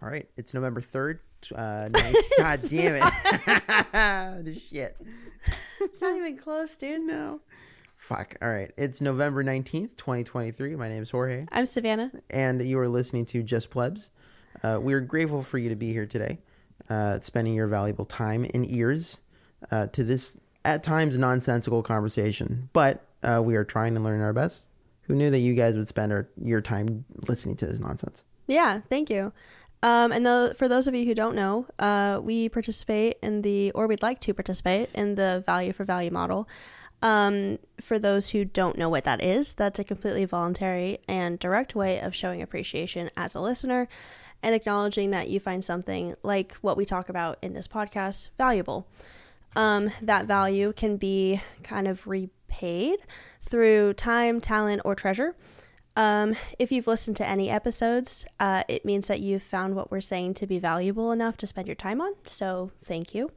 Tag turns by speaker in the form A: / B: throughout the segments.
A: All right, it's November third. Uh, nice. God damn it! This Shit.
B: It's not even close, dude.
A: No. Fuck. All right, it's November nineteenth, twenty twenty three. My name is Jorge,
B: I'm Savannah.
A: and you are listening to Just Plebs. Uh, we are grateful for you to be here today, uh, spending your valuable time and ears uh, to this at times nonsensical conversation. But uh, we are trying to learn our best. Who knew that you guys would spend our, your time listening to this nonsense?
B: Yeah, thank you. Um, and tho- for those of you who don't know, uh, we participate in the, or we'd like to participate in the value for value model. Um, for those who don't know what that is, that's a completely voluntary and direct way of showing appreciation as a listener and acknowledging that you find something like what we talk about in this podcast valuable. um, that value can be kind of repaid through time, talent, or treasure. Um, if you've listened to any episodes, uh, it means that you've found what we're saying to be valuable enough to spend your time on. So, thank you.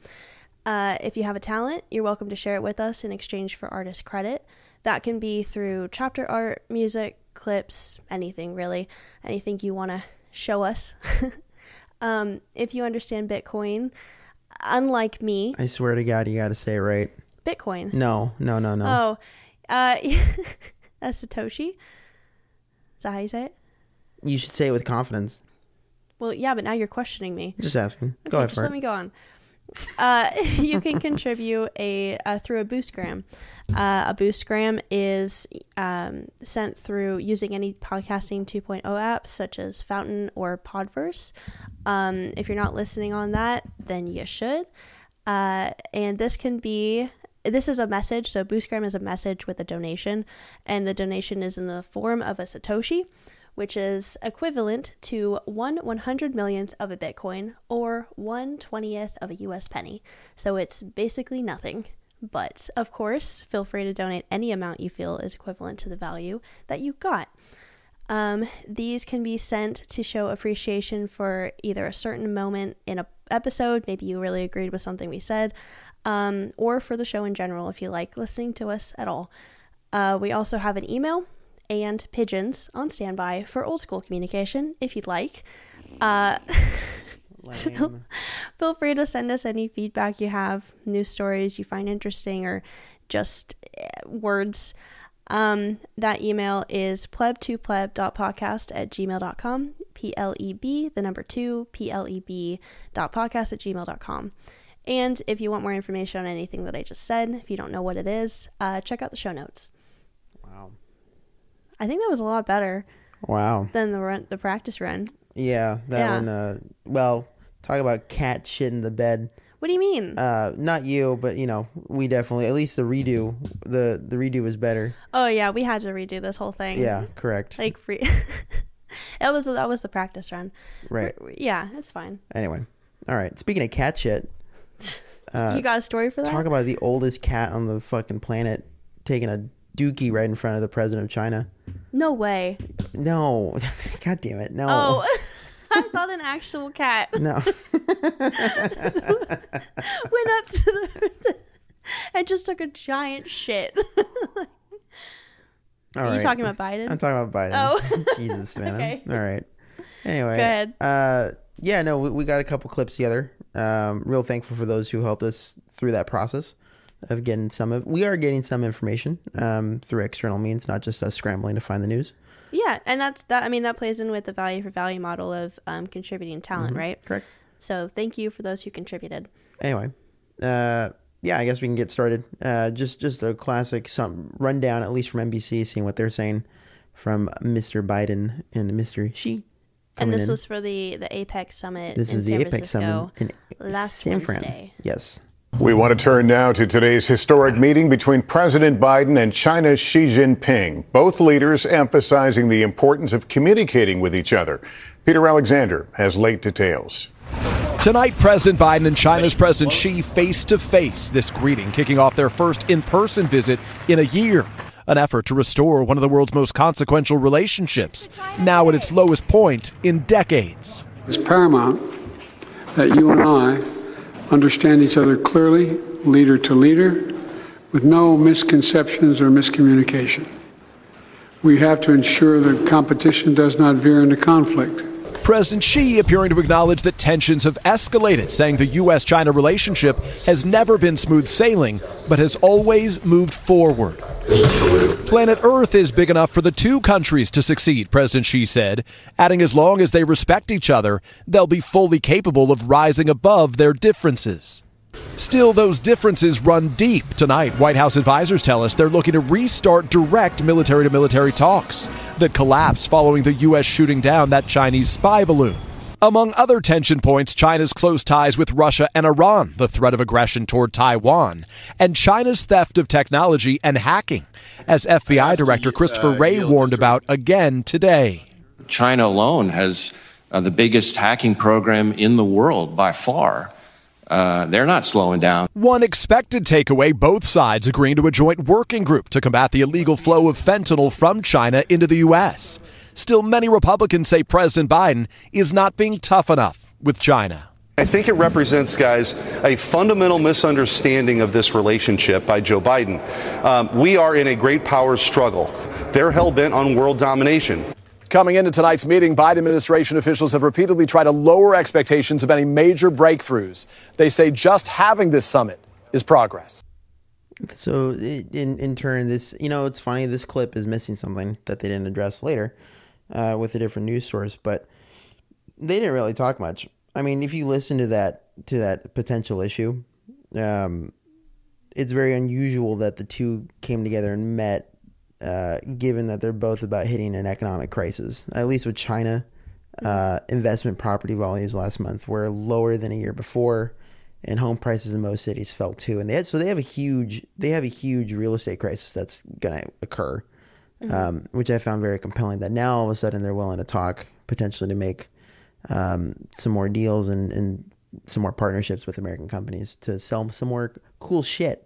B: Uh, if you have a talent, you're welcome to share it with us in exchange for artist credit. That can be through chapter art, music, clips, anything really, anything you want to show us. um, if you understand Bitcoin, unlike me,
A: I swear to God, you got to say it right.
B: Bitcoin.
A: No, no, no, no.
B: Oh, uh, that's Satoshi. Is that how you say it? Oh.
A: You should say it with confidence.
B: Well, yeah, but now you're questioning me.
A: Just asking. Go ahead
B: just
A: for
B: let
A: it.
B: me go on. Uh, you can contribute a uh, through a boostgram. Uh, a boostgram is um, sent through using any podcasting 2.0 apps such as Fountain or Podverse. Um, if you're not listening on that, then you should. Uh, and this can be this is a message. So boostgram is a message with a donation, and the donation is in the form of a satoshi which is equivalent to 1 100 millionth of a Bitcoin or 1 20th of a US penny. So it's basically nothing. But of course, feel free to donate any amount you feel is equivalent to the value that you got. Um, these can be sent to show appreciation for either a certain moment in a episode, maybe you really agreed with something we said, um, or for the show in general if you like listening to us at all. Uh, we also have an email and pigeons on standby for old school communication if you'd like. Uh,
A: Lame.
B: feel free to send us any feedback you have, news stories you find interesting, or just eh, words. Um, that email is pleb2pleb.podcast at gmail.com, P L E B, the number two, P L E B dot podcast at gmail.com. And if you want more information on anything that I just said, if you don't know what it is, uh, check out the show notes.
A: Wow.
B: I think that was a lot better
A: Wow.
B: than the run, the practice run.
A: Yeah, that
B: Yeah.
A: one. Uh, well, talk about cat shit in the bed.
B: What do you mean?
A: Uh, not you, but you know, we definitely. At least the redo, the the redo was better.
B: oh yeah, we had to redo this whole thing.
A: Yeah, correct.
B: like re- that was that was the practice run
A: right.
B: Re- yeah it's fine
A: Anyway, all right. Speaking of cat shit,
B: you got a story for that
A: talk about the oldest cat on the fucking planet taking a dookie right in front of the president of China.
B: no way
A: No, god damn it, no.
B: oh i thought an actual cat
A: No,
B: went up to the and just took a giant shit
A: all
B: are you
A: right.
B: talking about biden
A: I'm talking about Biden.
B: Oh.
A: Jesus, Savannah.
B: Okay.
A: All right. Anyway.
B: Go ahead.
A: Uh, yeah, no, we, we got a couple clips together. Um, real thankful for those who helped us through that process of getting some of. We are getting some information um, through external means, not just us scrambling to find the news.
B: yeah and that's that i mean that plays in with the value for value model of um, contributing talent right
A: Mm-hmm. Correct.
B: so thank you for those who contributed
A: Anyway. Uh, yeah, I guess we can get started. Uh, just just a classic some rundown, at least from NBC, seeing what they're saying from Mr. Biden and Mr. Xi.
B: and
A: coming
B: this
A: in.
B: was for the the apex summit
A: this
B: in
A: is
B: san
A: the Apex
B: francisco
A: Summit in
B: last
A: San Fran.
B: Wednesday.
A: Yes.
C: We want to turn now to today's historic meeting between President Biden and China's Xi Jinping, both leaders emphasizing the importance of communicating with each other. Peter Alexander has late details.
D: Tonight, President Biden and China's President Xi face to face this greeting, kicking off their first in person visit in a year. An effort to restore one of the world's most consequential relationships, now at its lowest point in decades.
E: It's paramount that you and I understand each other clearly, leader to leader, with no misconceptions or miscommunication. We have to ensure that competition does not veer into conflict.
D: President Xi appearing to acknowledge that tensions have escalated, saying the U.S. China relationship has never been smooth sailing, but has always moved forward. Planet Earth is big enough for the two countries to succeed, President Xi said, adding as long as they respect each other, they'll be fully capable of rising above their differences. Still, those differences run deep. Tonight, White House advisors tell us they're looking to restart direct military to military talks that collapsed following the U.S. shooting down that Chinese spy balloon. Among other tension points, China's close ties with Russia and Iran, the threat of aggression toward Taiwan, and China's theft of technology and hacking, as FBI Director Christopher Wray warned about again today.
F: China alone has uh, the biggest hacking program in the world by far. Uh, they're not slowing down.
D: One expected takeaway both sides agreeing to a joint working group to combat the illegal flow of fentanyl from China into the U.S. Still, many Republicans say President Biden is not being tough enough with China.
G: I think it represents, guys, a fundamental misunderstanding of this relationship by Joe Biden. Um, we are in a great power struggle. They're hell bent on world domination.
D: Coming into tonight's meeting, Biden administration officials have repeatedly tried to lower expectations of any major breakthroughs. They say just having this summit is progress.
A: So i- in in turn, this you know it's funny. This clip is missing something that they didn't address later uh, with a different news source, but they didn't really talk much. I mean, if you listen to that to that potential issue, um, it's very unusual that the two came together and met, uh, given that they're both about hitting an economic crisis. At least with China, uh, investment property volumes last month were lower than a year before, and home prices in most cities fell too. And they had, so they have a huge they have a huge real estate crisis that's going to occur, um, which I found very compelling. That now all of a sudden they're willing to talk potentially to make um, some more deals and, and some more partnerships with American companies to sell some more cool shit.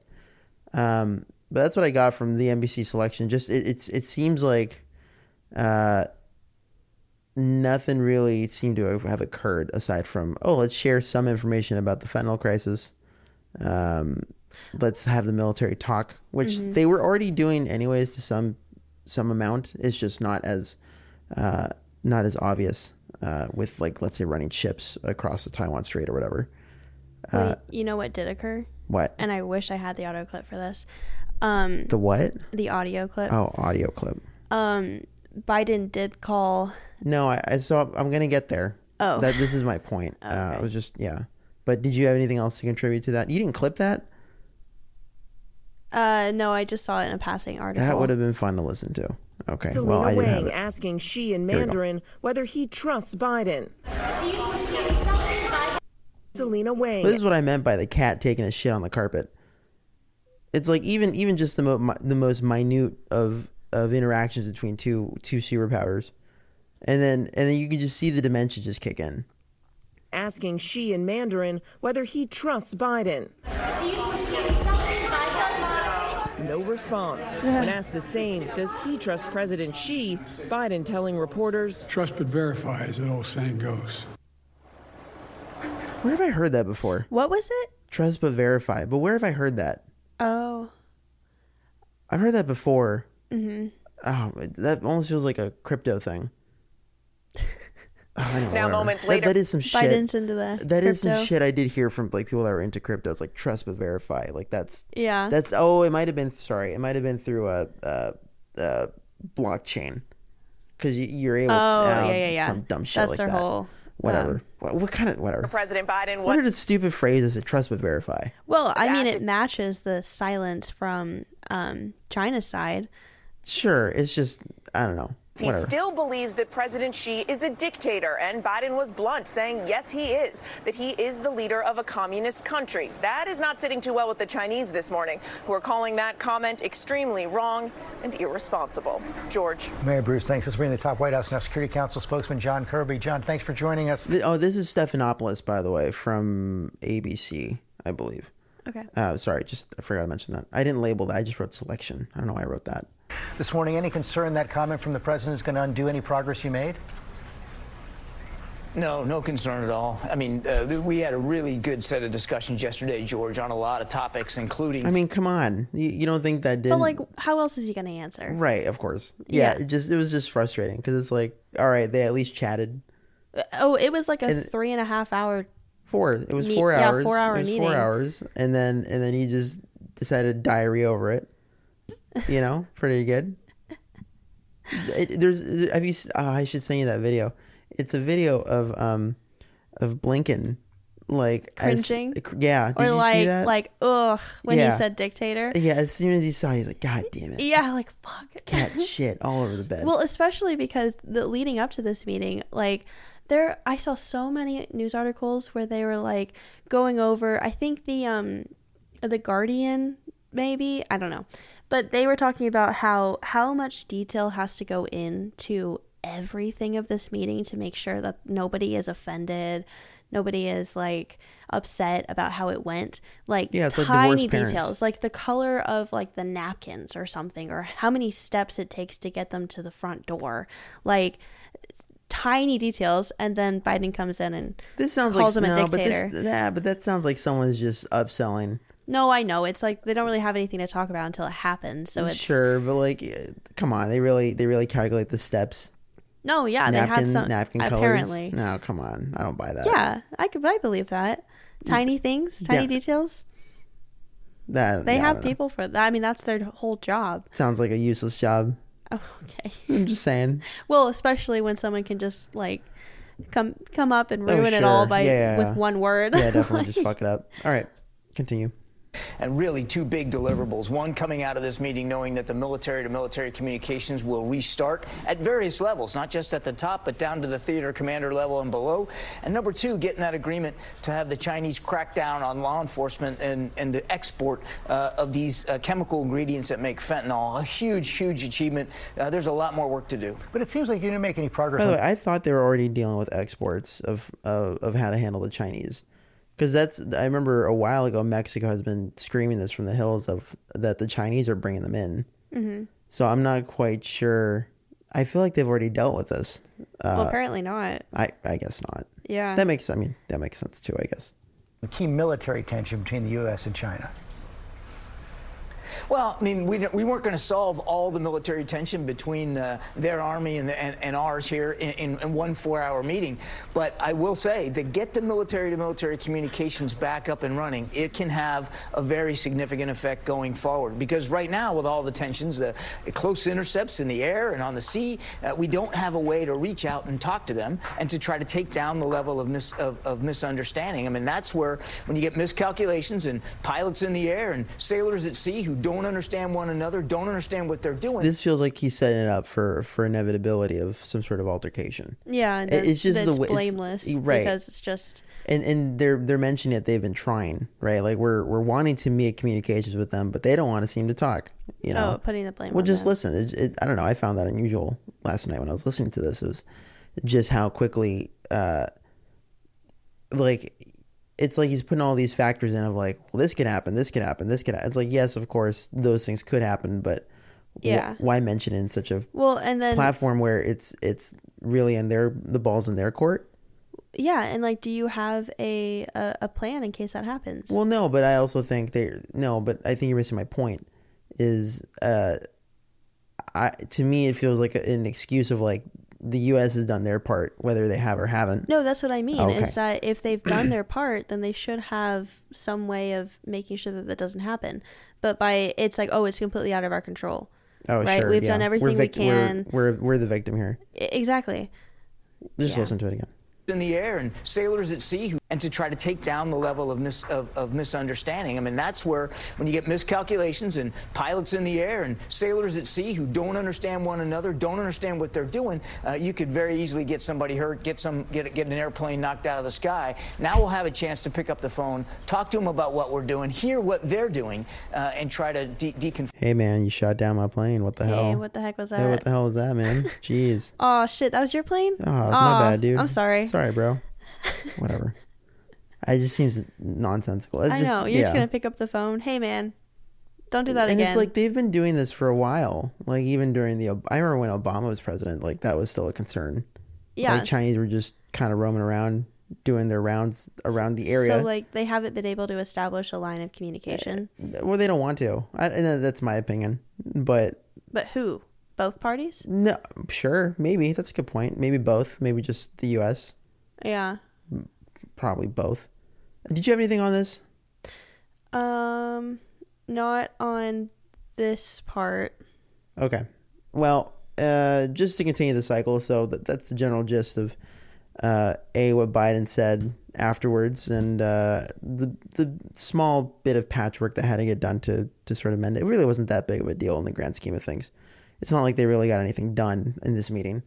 A: Um, but that's what I got from the NBC selection. Just it, it's it seems like uh, nothing really seemed to have occurred aside from oh let's share some information about the fentanyl crisis. Um, let's have the military talk, which
B: Mm-hmm.
A: they were already doing anyways to some some amount. It's just not as uh, not as obvious uh, with like let's say running ships across the Taiwan Strait or whatever. Uh,
B: Wait, you know what did occur?
A: What
B: And I wish I had the audio clip for this. Um,
A: the what?
B: the audio clip.
A: Oh, audio clip.
B: Um, Biden did call.
A: No, I, I so I'm gonna get there.
B: Oh.
A: that this is my point. Uh, I was just yeah. But did you have anything else to contribute to that? You didn't clip that.
B: Uh, no, I just saw it in a passing article.
A: That would have been fun to listen to. Okay,
H: Selena
A: well I didn't have
H: Wang
A: it.
H: asking Xi in
A: Here we go.
H: Mandarin whether he trusts Biden. Selena Wang
A: This is what I meant by the cat taking a shit on the carpet. It's like even even just the mo- mi- the most minute of of interactions between two two superpowers, and then and then you can just see the dementia just kick in.
H: asking Xi in Mandarin whether he trusts Biden. No response. When asked the same, does he trust President Xi? Biden telling reporters,
E: Trust but verify, as an old saying goes.
A: Where have I heard that before?
B: What was it?
A: Trust but verify. But where have I heard that?
B: Oh,
A: I've heard that before. Mm-hmm. Oh, that almost feels like a crypto thing. Oh, I don't know,
H: Now
A: whatever.
H: moments
A: That-
H: later-
A: that is some shit.
B: Biden's into the
A: That is some
B: crypto.
A: shit I did hear from like people that were into crypto. It's like trust but verify. Like that's
B: Yeah.
A: That's oh, it might have been sorry, it might have been through a, a, a blockchain because you, you're able.
B: Oh,
A: um,
B: yeah, yeah, yeah.
A: Some dumb shit
B: That's
A: like
B: their
A: that.
B: whole, um,
A: whatever. what, what kind of whatever?
H: President Biden
A: What are the stupid phrases that trust but verify?
B: well, I mean, it matches the silence from um, China's side.
A: Sure, it's just I don't know.
I: He
A: Whatever.
I: still believes that President Xi is a dictator, and Biden was blunt, saying, yes, he is, that he is the leader of a communist country. That is not sitting too well with the Chinese this morning, who are calling that comment extremely wrong and irresponsible. George.
J: Mayor Bruce, thanks. This is the top White House now Security Council spokesman John Kirby. John, thanks for joining us.
A: Th- oh, this is Stephanopoulos, by the way, from ABC, I believe.
B: Okay.
A: Uh, sorry, just I forgot to mention that. I didn't label that. I just wrote selection. I don't know why I wrote that.
J: This morning, any concern that comment from the president is going to undo any progress you made?
K: No, no concern at all. I mean, uh, th- we had a really good set of discussions yesterday, George, on a lot of topics, including.
A: I mean, come on. You, you don't think that didn't?
B: But like, how else is he gonna answer?
A: right? Of course. Yeah.
B: Yeah.
A: It just it was just frustrating because it's like, all right, they at least chatted.
B: Oh, it was like a
A: And-
B: three and a half hour.
A: Four. It was
B: Meet-
A: four
B: yeah,
A: hours.
B: four-hour
A: it was
B: meeting.
A: Four hours, and then and then he just decided to diarrhea over it. You know, pretty good. It, there's have you? s- ah, I should send you that video. It's a video of um of Blinken like as-
B: Cringing?
A: yeah. Did
B: Or
A: you see
B: like,
A: that?
B: like, ugh, when
A: Yeah.
B: he said dictator.
A: yeah. As soon as he saw, it, he's like, God damn it,
B: Yeah, like, fuck.
A: cat shit all over the bed.
B: Well, especially because the leading up to this meeting, like there I saw so many news articles where they were like going over I think the um the Guardian maybe, I don't know. But they were talking about how how much detail has to go into everything of this meeting to make sure that nobody is offended, nobody is like upset about how it went. Like
A: Yeah, it's like
B: tiny
A: divorced parents.
B: details like the color of like the napkins or something or how many steps it takes to get them to the front door like tiny details and then biden comes in and
A: this sounds
B: calls
A: like no,
B: him a dictator
A: but this, yeah, but that sounds like someone's just upselling.
B: no i know it's like they don't really have anything to talk about until it happens so it's
A: sure, but like, eh, come on, they really they really calculate the steps.
B: no yeah
A: napkin,
B: they have some
A: napkin
B: apparently
A: colors. No, come on, I don't buy that.
B: yeah i could i believe that tiny things tiny
A: Yeah.
B: details
A: that
B: they
A: yeah, I
B: have
A: don't know.
B: people for that i mean that's their whole job
A: Sounds like a useless job.
B: oh, okay
A: I'm just saying.
B: Well, especially when someone can just like come come up and
A: Oh,
B: ruin it all
A: sure.
B: by
A: Yeah, yeah, yeah.
B: with one word.
A: Yeah, definitely just fuck it up. All right, continue.
K: and really two big deliverables. One coming out of this meeting knowing that the military to military communications will restart at various levels, not just at the top, but down to the theater commander level and below. And number two, getting that agreement to have the Chinese crack down on law enforcement and, and the export uh, of these uh, chemical ingredients that make fentanyl. A huge, huge achievement. Uh, there's a lot more work to do.
J: But it seems like you didn't make any progress.
A: By
K: Uh-huh.
A: the
J: on-
A: way, I thought they were already dealing with exports of of, of how to handle the Chinese, because that's I remember a while ago Mexico has been screaming this from the hills of that the Chinese are bringing them in.
B: Mhm.
A: So I'm not quite sure. I feel like they've already dealt with this. Uh,
B: well, apparently not.
A: I I guess not.
B: Yeah.
A: That makes I mean that makes sense too. I guess.
J: key military tension between the U.S. and China.
K: Well, I mean, we, don't- we weren't going to solve all the military tension between uh, their army and, the, and, and ours here in, in, in one four hour meeting. But I will say, to get the military to military communications back up and running, it can have a very significant effect going forward. Because right now, with all the tensions, the close intercepts in the air and on the sea, uh, we don't have a way to reach out and talk to them and to try to take down the level of, mis- of, of misunderstanding. I mean, that's where, when you get miscalculations and pilots in the air and sailors at sea who don't understand one another, don't understand what they're doing.
A: This feels like he's setting it up for for inevitability of some sort of altercation.
B: Yeah, and
A: It-
B: that's,
A: it's just the
B: that's
A: way it's-
B: blameless
A: E, right.
B: because it's just
A: and and they're they're mentioning that they've been trying, right? Like we're we're wanting to make communications with them, but they don't want to seem to talk. You know,
B: Oh, putting the blame
A: Well,
B: on
A: just
B: them.
A: listen. It, it, I don't know. I found that unusual last night when I was listening to this. It was just how quickly, uh, like, it's like he's putting all these factors in of like, well, this could happen, this could happen, this could. Ha-. It's like, yes, of course, those things could happen, but wh-
B: Yeah.
A: why mention it in such a
B: well, and then
A: platform where it's it's really in their the balls in their court?
B: yeah, and like, do you have a, a a plan in case that happens?
A: Well, no, but I also think they no, but I think you're missing my point. Is uh, I to me it feels like an excuse of like the U.S. has done their part, whether they have or haven't.
B: No, that's what I mean.
A: Oh,
B: uh,
A: Okay.
B: Is that if they've done their part, then they should have some way of making sure that that doesn't happen. But by it's like, oh, it's completely out of our control.
A: Oh,
B: right.
A: sure,
B: We've
A: yeah.
B: done everything we
A: vic-
B: can.
A: We're, we're we're the victim here.
B: I- Exactly.
A: Just listen to it again.
K: in the air and sailors at sea who, and to try to take down the level of, mis, of, of misunderstanding. I mean, that's where, when you get miscalculations and pilots in the air and sailors at sea who don't understand one another, don't understand what they're doing, uh, you could very easily get somebody hurt, get, some, get, get an airplane knocked out of the sky. Now we'll have a chance to pick up the phone, talk to them about what we're doing, hear what they're doing, uh, and try to de- deconflict.
A: Hey man, you shot down my plane. What the hell?
B: what the heck was
A: Hey,
B: that?
A: what the hell was that, man? Jeez.
B: Oh shit, that was your plane?
A: Oh, my
B: Aw,
A: bad, dude.
B: I'm sorry.
A: Sorry, bro. Whatever. It just seems nonsensical. It
B: I
A: just-
B: know. You're
A: yeah.
B: just gonna pick up the phone. Hey man, don't do that
A: and
B: again.
A: it's like they've been doing this for a while. Like even during the, Ob- I remember when Obama was president, like that was still a concern.
B: Yeah.
A: like Chinese were just kind of roaming around doing their rounds around the area.
B: So like they haven't been able to establish a line of communication.
A: well, they don't want to. I, and that's my opinion. But
B: But who? Both parties?
A: no, sure, maybe that's a good point. Maybe both. Maybe just the U.S.
B: Yeah.
A: Probably both. Did you have anything on this?
B: Um, not on this part.
A: Okay. Well, uh, just to continue the cycle, so that, that's the general gist of uh, A, what Biden said afterwards, and uh, the, the small bit of patchwork that had to get done to, to sort of mend it. It really wasn't that big of a deal in the grand scheme of things. It's not like they really got anything done in this meeting.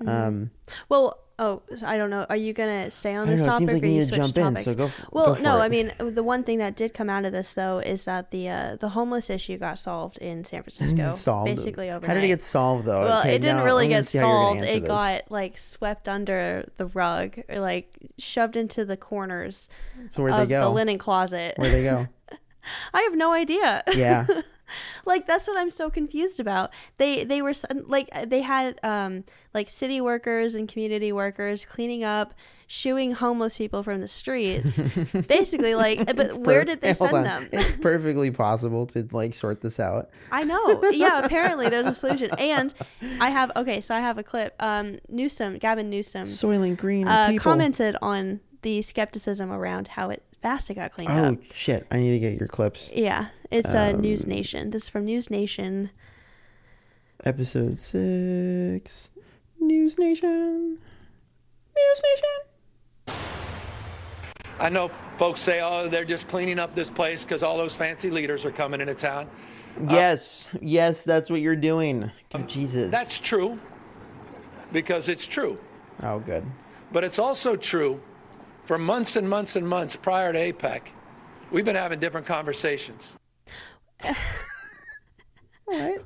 B: Mhm.
A: Um,
B: Well, oh, I don't know. Are you gonna stay
A: I
B: on
A: don't
B: this
A: know, it
B: topic
A: seems like
B: or
A: you
B: you
A: need to
B: switch
A: jump in,
B: topics?
A: so go f-
B: well,
A: go for
B: no,
A: it.
B: I mean the one thing that did come out of this though is that the uh, the homeless issue got solved in San Francisco,
A: solved.
B: basically overnight.
A: How did it get solved though?
B: Well,
A: Okay,
B: it didn't
A: now
B: really
A: I wanna
B: get
A: see how you're gonna
B: solved.
A: answer
B: It
A: this.
B: got like swept under the rug, or, like shoved into the corners
A: So where'd they
B: of the
A: go?
B: linen closet.
A: Where'd they go?
B: I have no idea.
A: Yeah.
B: like that's what I'm so confused about. They they were sudden- like they had um like city workers and community workers cleaning up, shooing homeless people from the streets. Basically like uh, but
A: It's
B: where
A: per-
B: did they
A: Hey, hold
B: send
A: on.
B: them?
A: It's perfectly possible to like sort this out.
B: I know. Yeah, apparently there's a solution. And I have okay, so I have a clip. Um Newsom, Gavin Newsom
A: Soylent Green,
B: uh,
A: people.
B: commented on the skepticism around how it FASTA got cleaned up.
A: Oh shit! I need to get your clips.
B: Yeah, it's uh, News
A: Um,
B: Nation. This is from News Nation.
A: Episode six. News Nation. News Nation.
L: I know folks say, oh, they're just cleaning up this place because all those fancy leaders are coming into town.
A: Yes, yes, that's what you're doing. God, Jesus.
L: That's true because it's true.
A: Oh, good.
L: But it's also true for months and months and months prior to APEC, we've been having different conversations.
B: Like,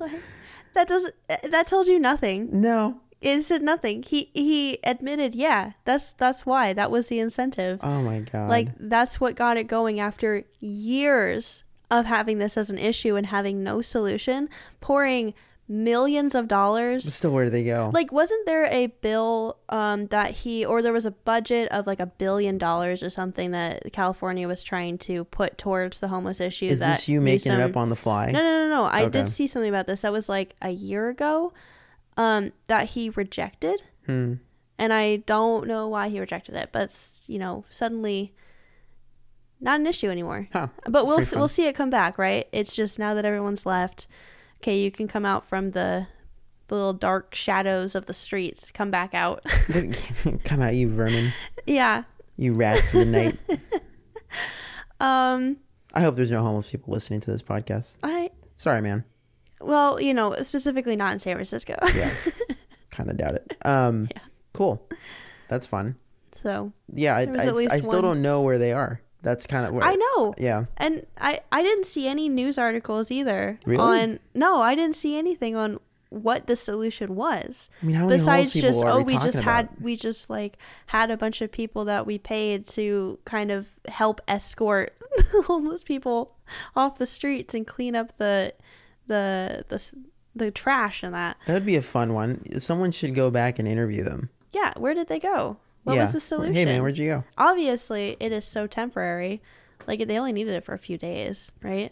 B: that doesn't. That tells you nothing.
A: No.
B: It said nothing. He he admitted, yeah, that's that's why that was the incentive.
A: Oh my god.
B: Like that's what got it going after years of having this as an issue and having no solution, pouring millions of dollars
A: But still, where do they go?
B: Like, wasn't there a bill um, that he, or there was a budget of like a billion dollars or something that California was trying to put towards the homeless issue?
A: Is
B: that
A: this you making it
B: Newsom-
A: up on the fly?
B: No, no, no, no. I
A: Okay.
B: did see something about this. That was like a year ago um, that he rejected,
A: Hmm.
B: and I don't know why he rejected it. But s- you know, suddenly. Not an issue anymore, but
A: That's
B: we'll
A: pretty
B: s-
A: fun.
B: we'll see it come back, right? It's just now that everyone's left, okay, you can come out from the the little dark shadows of the streets, come back out.
A: Come out, you vermin.
B: yeah.
A: You rats of the night.
B: Um
A: I hope there's no homeless people listening to this podcast.
B: I
A: Sorry, man.
B: well, you know, specifically not in San Francisco.
A: Yeah. kind of doubt it. Um, Cool. That's fun.
B: so
A: Yeah, I,
B: there was
A: I,
B: at least
A: I still
B: one-
A: don't know where they are. That's kind of where
B: I know.
A: Yeah.
B: And I I didn't see any news articles either
A: Really?
B: on no, I didn't see anything on what the solution was.
A: I mean, how many homeless
B: Besides
A: people
B: just
A: are
B: oh,
A: we
B: we just
A: talking
B: had we just like had a bunch of people that we paid to kind of help escort homeless people off the streets and clean up the the the s- the trash and that.
A: That would be a fun one. Someone should go back and interview them.
B: Yeah, where did they go? What
A: Yeah.
B: was the solution?
A: Hey, man, where'd you go?
B: Obviously, it is so temporary. Like they only needed it for a few days, right?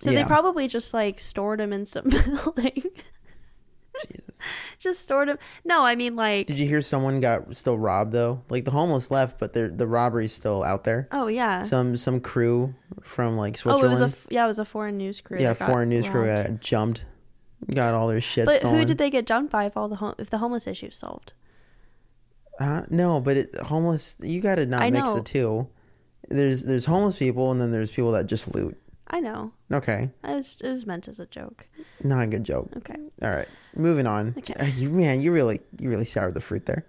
B: So they
A: Yeah.
B: probably just like stored them in some building. Jesus. just stored them. No, I mean like.
A: Did you hear someone got still robbed though? Like the homeless left, but the the robbery's still out there.
B: Oh yeah.
A: Some some crew from like
B: oh, it
A: Switzerland.
B: was a f- yeah, it was a foreign news crew.
A: yeah,
B: that got
A: foreign news crew
B: robbed.
A: got jumped, got all their shit
B: But
A: stolen.
B: who did they get jumped by if all the home if the homeless issue is solved?
A: Uh, no, but it, homeless. You got to not
B: I
A: mix
B: know.
A: the two. There's there's homeless people, and then there's people that just loot.
B: I know.
A: Okay,
B: It was it was meant as a joke.
A: not a good joke.
B: Okay.
A: All right, moving on. Uh, you man, you really you really soured the fruit there.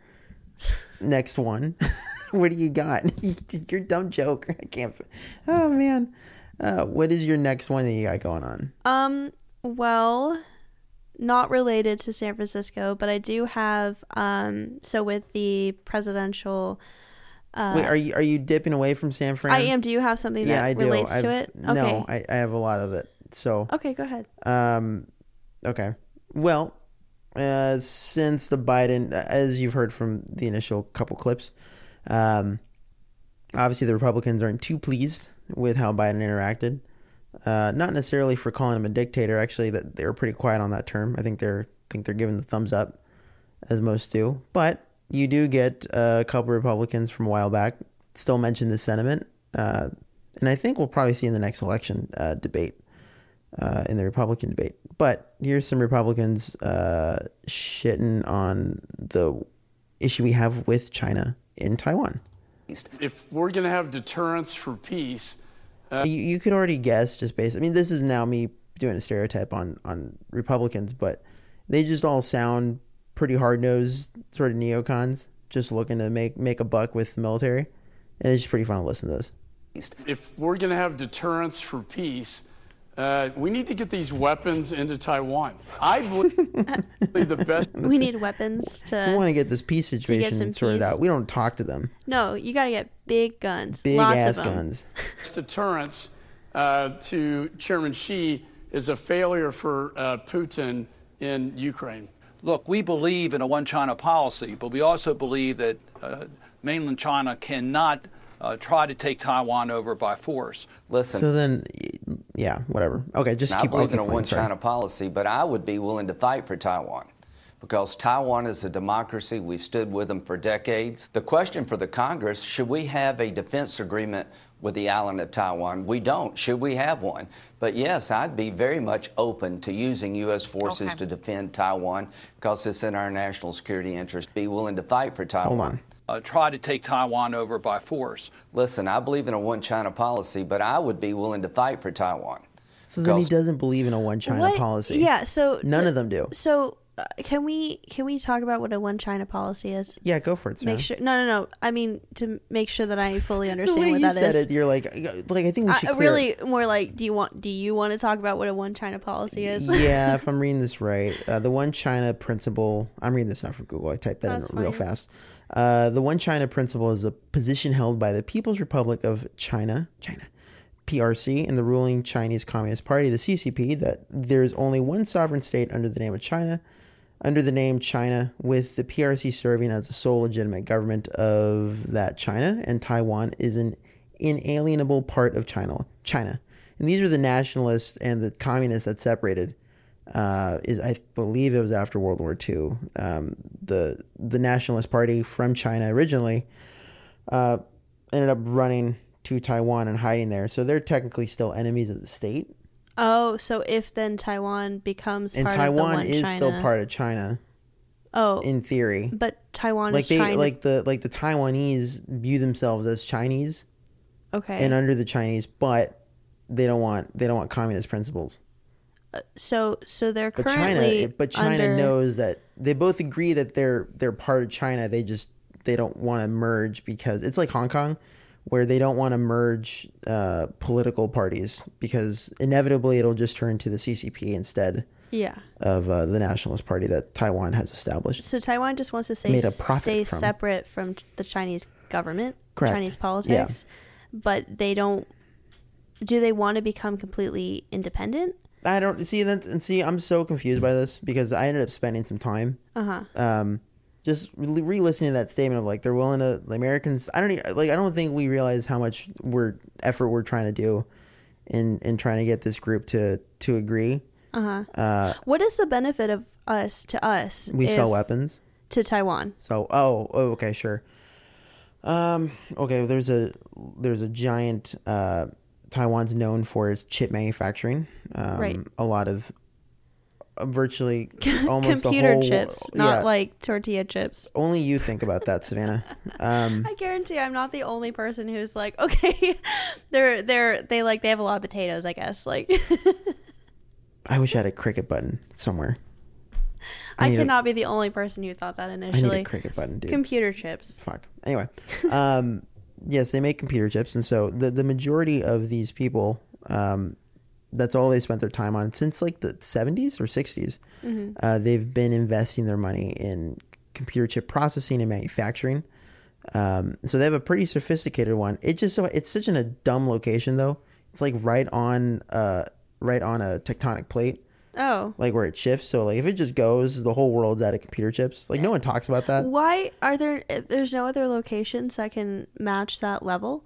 A: Next one. what do you got? You did Your dumb joke. I can't. f- Oh man. Uh, what is your next one that you got going on?
B: Um, well, not related to San Francisco, but I do have um so with the presidential uh
A: Wait, are you are you dipping away from San Fran?
B: I am. Do you have something that relates to
A: I've-
B: it?
A: No, I, I have a lot of it. So
B: Okay, go ahead.
A: Um, okay. Well, uh, since the Biden, as you've heard from the initial couple clips, um, obviously the Republicans aren't too pleased with how Biden interacted. Uh, not necessarily for calling him a dictator. Actually, that they were pretty quiet on that term. I think they're I think they're giving the thumbs up, as most do. But you do get uh, a couple Republicans from a while back still mention this sentiment, uh, and I think we'll probably see in the next election uh, debate, uh, in the Republican debate. But here's some Republicans uh, shitting on the issue we have with China in Taiwan.
M: If we're going to have deterrence for peace, Uh,
A: you, you could already guess just based. I mean, this is now me doing a stereotype on on Republicans, but they just all sound pretty hard nosed, sort of neocons, just looking to make make a buck with the military, and it's just pretty fun to listen to those.
M: if we're going to have deterrence for peace, uh, we need to get these weapons into Taiwan. I believe the best.
B: we need weapons
A: If we
B: to.
A: want to get this peace
B: some
A: situation sorted
B: peace.
A: out, we don't talk to them.
B: No, you gotta get big guns.
A: Big
B: lots
A: ass
B: of them.
A: guns.
M: deterrence uh, to Chairman Xi is a failure for uh, Putin in Ukraine.
N: Look, we believe in a one China policy, but we also believe that uh, mainland China cannot uh, try to take Taiwan over by force. Listen.
A: So then, y- yeah, whatever. Okay, just
O: And
A: keep.
O: I believe
A: okay,
O: in a
A: fine,
O: one
A: sorry.
O: China policy, but I would be willing to fight for Taiwan because Taiwan is a democracy. We've stood with them for decades. The question for the Congress should we have a defense agreement with the island of Taiwan? We don't. Should we have one? But yes, I'd be very much open to using U.S. forces
P: Okay.
O: to defend Taiwan because it's in our national security interest. Be willing to fight for Taiwan.
A: on.
O: Uh, try to take Taiwan over by force. Listen, I believe in a one China policy, but I would be willing to fight for Taiwan.
A: So then he
O: because-
A: doesn't believe in a one China
B: What-
A: policy.
B: Yeah. So
A: none
B: d-
A: of them do.
B: So uh, can we can we talk about what a one China policy is?
A: Yeah, go for it, Sarah.
B: Make sure. No, no, no. I mean to make sure that I fully
A: The
B: understand
A: way
B: what
A: you
B: that
A: said
B: is.
A: it, you're like, like I think we should
B: I,
A: clear-
B: really more like do you want do you want to talk about what a one China policy is?
A: yeah, if I'm reading this right, uh, the one China principle. I'm reading this now from Google. I typed that
B: That's
A: in real
B: fine.
A: fast. Uh, the one China principle is a position held by the People's Republic of China, China, PRC, and the ruling Chinese Communist Party, the CCP, that there is only one sovereign state under the name of China, under the name China, with the PRC serving as the sole legitimate government of that China, and Taiwan is an inalienable part of China. China, and these are the nationalists and the communists that separated uh, is I believe it was after World War II. Um, the the Nationalist Party from China originally uh, ended up running to Taiwan and hiding there, so they're technically still enemies of the state.
B: Oh, so if then Taiwan becomes
A: and
B: part
A: Taiwan
B: of the one
A: is
B: China,
A: still part of China
B: Oh,
A: in theory.
B: but Taiwan
A: like
B: is
A: they
B: China.
A: like the like the Taiwanese view themselves as Chinese
B: okay,
A: and under the Chinese, but they don't want they don't want communist principles.
B: so so they're
A: But
B: currently
A: China, but China
B: under-
A: knows that they both agree that they're they're part of China. They just they don't want to merge because it's like Hong Kong, where they don't want to merge uh, political parties because inevitably it'll just turn to the CCP instead
B: Yeah.
A: of uh, the Nationalist Party that Taiwan has established.
B: So Taiwan just wants to say
A: Made a profit
B: stay
A: from.
B: separate from the Chinese government,
A: Correct.
B: Chinese
A: Yeah.
B: politics, but they don't. Do they want to become completely independent?
A: I don't see that, and see I'm so confused by this because I ended up spending some time
B: Uh huh.
A: um, just re- re-listening to that statement of like they're willing to the Americans. I don't e- like. I don't think we realize how much we're effort we're trying to do in in trying to get this group to to agree.
B: Uh huh.
A: Uh,
B: What is the benefit of us to us?
A: we
B: if-
A: sell weapons,
B: to Taiwan.
A: so oh, oh okay sure. Um, okay, there's a there's a giant. Uh, Taiwan's known for its chip manufacturing. Um,
B: Right.
A: A lot of uh, virtually almost the
B: Computer
A: whole-
B: chips, not
A: yeah.
B: like tortilla chips.
A: Only you think about that, Savannah. Um,
B: I guarantee I'm not the only person who's like, okay, they're they're they like they have a lot of potatoes, I guess. Like
A: I wish I had a cricket button somewhere.
B: I,
A: need a-
B: cannot be the only person who thought that
A: I
B: initially.
A: need a cricket button, dude.
B: Computer chips.
A: Fuck. Anyway, um, yes, they make computer chips, and so the the majority of these people, um, that's all they spent their time on since like the seventies or 60s
Q: Mm-hmm.
R: Mhm.
A: Uh, they've been investing their money in computer chip processing and manufacturing. Um, so they have a pretty sophisticated one. It just so it's such in a dumb location though. It's like right on uh right on a tectonic plate.
B: Oh.
A: like where it shifts. So like if it just goes, the whole world's out of computer chips. Like no one talks about that.
B: Why are there eh, there's no other locations that can match that level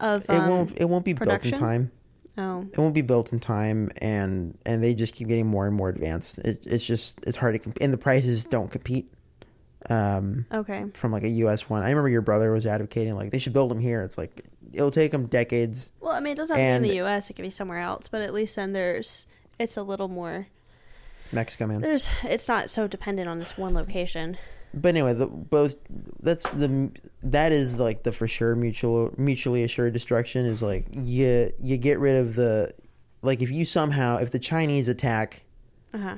B: of
A: It
B: um,
A: won't. It won't be
B: production?
A: built in time.
B: Oh.
A: It won't be built in time, and and they just keep getting more and more advanced. It, it's just it's hard to compete, and the prices don't compete. Um,
B: Okay.
A: From like a U.S. one. I remember your brother was advocating like they should build them here. It's like it'll take them decades.
B: Well, I mean, it doesn't have to be in the U.S. It could be somewhere else, but at least then there's it's a little more.
A: Mexico, man.
B: There's it's not so dependent on this one location.
A: but anyway, the, both that's the that is like the for sure mutual mutually assured destruction is like you you get rid of the like if you somehow if the Chinese attack
B: Uh huh.